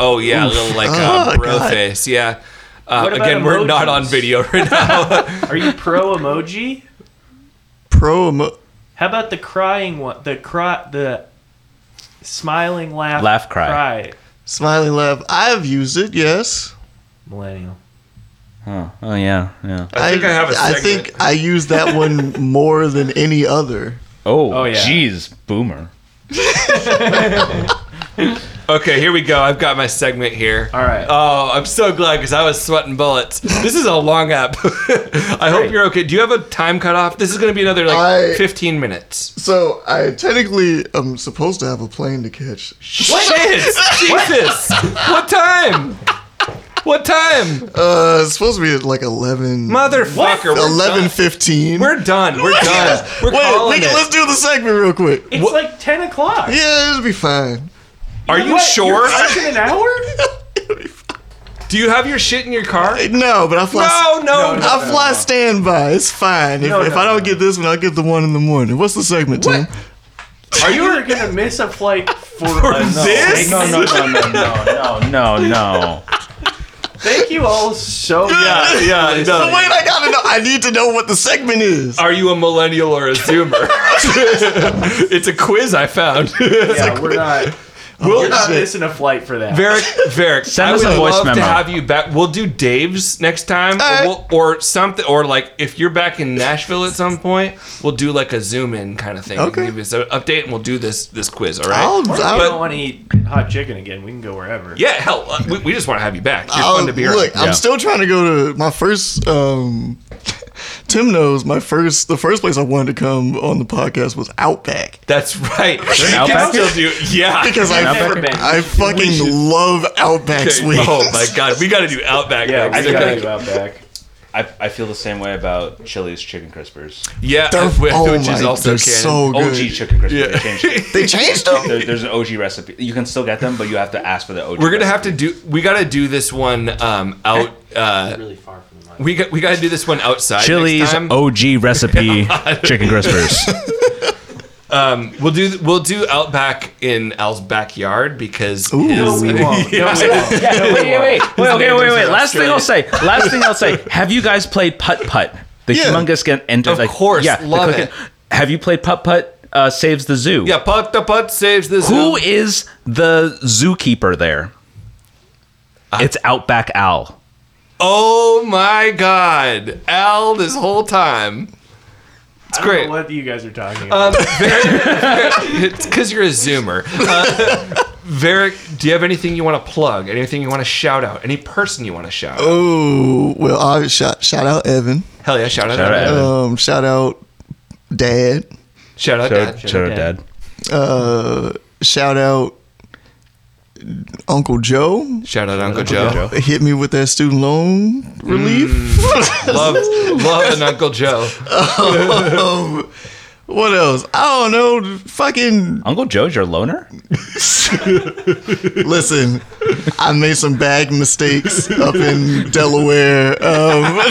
Oh yeah, a little like uh,
Oh,
bro
God.
face. Yeah. Uh,
What about
again, we're not
emojis?
on video right now.
Are you pro emoji?
Pro. emo-
How about the crying one? The cry, the smiling laugh,
Laugh cry.
Smiley laugh. I've used it, yes.
Millennial.
Oh, oh yeah, yeah.
I think I have a
I
segment.
think I use that one more than any other.
Oh,
Oh, yeah.
jeez, boomer.
okay, here we go. I've got my segment here.
All right.
Oh, I'm so glad because I was sweating bullets. This is a long app. I hope
Great.
you're okay. Do you have a time cutoff? This is going to be another like
I-
15 minutes.
So I technically am supposed to have a plane to catch.
Shit! Jesus! What time? What time?
Uh, it's supposed to be at like eleven.
Motherfucker. We're
eleven
done.
fifteen.
We're done. We're done. We're
Wait,
calling
we can,
it.
let's do the segment real quick.
It's like ten o'clock.
Yeah, it'll be fine.
Are you
What?
sure?
You're fucking an hour?
Do you have your shit in your car?
No, but I fly.
No, no, no.
I fly standby. It's fine. If,
No,
if
no,
I don't
no.
get this one, I'll get the one in the morning. What's the segment, Tim?
Are you are gonna miss a flight for,
no.
this?
No, no, no, no, no, no, no, no.
Thank you all so much.
Yeah, yeah, no.
But wait, I gotta know. I need to know what the segment is.
Are you a millennial or a zoomer? it's a quiz I found.
Yeah, we're not. We're
We'll,
not
shit.
missing a flight for that.
Varick, Varick,
Send
I
us
would
a voice
love to
memo.
have you back. We'll do Dave's next time,
All
or,
right.
we'll, or something, or like if you're back in Nashville at some point, we'll do like a zoom in kind of thing.
Okay.
Give us an update, and we'll do this this quiz. All right?
I'll,
Or if you
I'll,
don't want to eat hot chicken again, we can go wherever.
yeah, hell, uh, we, we just want to have you back. You're
I'll-
fun to be here.
Look,
Yeah.
I'm still trying to go to my first. Um, Tim knows my first. The first place I wanted to come on the podcast was Outback
That's right. You can
Outback?
still do. Yeah.
because I,
Outback?
fucking- I fucking love Outback
Okay.
sweets.
Oh my god, we got to do Outback.
Yeah,
next.
we gotta go out back.
I, I feel the same way about Chili's chicken crispers.
Yeah,
They're,
which
oh
is
my,
also
they're
canon.
so
OG
good.
chicken crispers. They changed it.
They changed them.
There, there's an OG recipe. You can still get them, but you have to ask for the OG.
We're gonna have
recipe.
to do. We gotta do this one um, out. Uh,
Really far from the mic.
we got. We gotta do this one outside.
Chili's
next time.
OG recipe chicken crispers.
We'll do. We'll do Outback in Al's backyard because
Ooh.
his-
No, we won't. No, we won't.
yeah, wait, wait, wait, wait, okay, wait, wait. Last thing
Australia.
I'll say. Last thing I'll say. Have you guys played putt putt? The
Yeah.
humongous gun and
Of
like,
course,
yeah, the
love
cooking-
it.
Have you played putt putt? Uh, saves the zoo.
yeah, putt the putt saves the zoo.
Who is the zookeeper there? it's Outback Al.
Oh my God, Al! This whole time. It's
I don't
great.
know what you guys are talking about.
Um, Varick- it's because you're a Zoomer. Uh, Varick, do you have anything you want to plug? Anything you want to shout out? Any person you want to shout? out?
Oh well, I shout shout out Evan.
Hell yeah, shout out!
Shout out Evan.
Um, shout out Dad.
Shout out! Dad.
Shout out Dad.
Uh, shout out Uncle Joe.
Shout out Uncle Joe.
Hit me with that student loan relief.
Love, love an Uncle Joe.
um, what else? I don't know. Fucking
Uncle Joe's your loner?
listen. I made some bag mistakes up in Delaware. Um,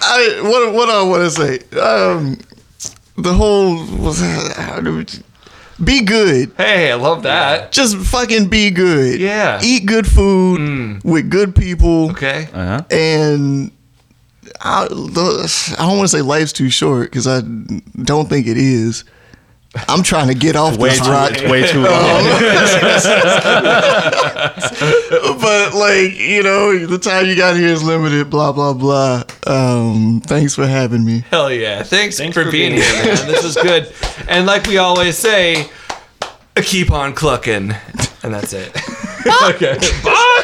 I what what I want to say. Um, the whole was be good.
Hey, I love that.
Just fucking be good.
Yeah.
Eat good food with good people
Okay.
Uh-huh.
and I, the- I don't want to say life's too short because I don't think it is. I'm trying to get off
Way
this rock,
too, way too long.
but like you know, the time you got here is limited. Blah blah blah. Um, thanks for having me.
Hell yeah. Thanks, for,
for
being,
being
here, man. This was good. And like we always say, keep on clucking. And that's it. okay. Fuck!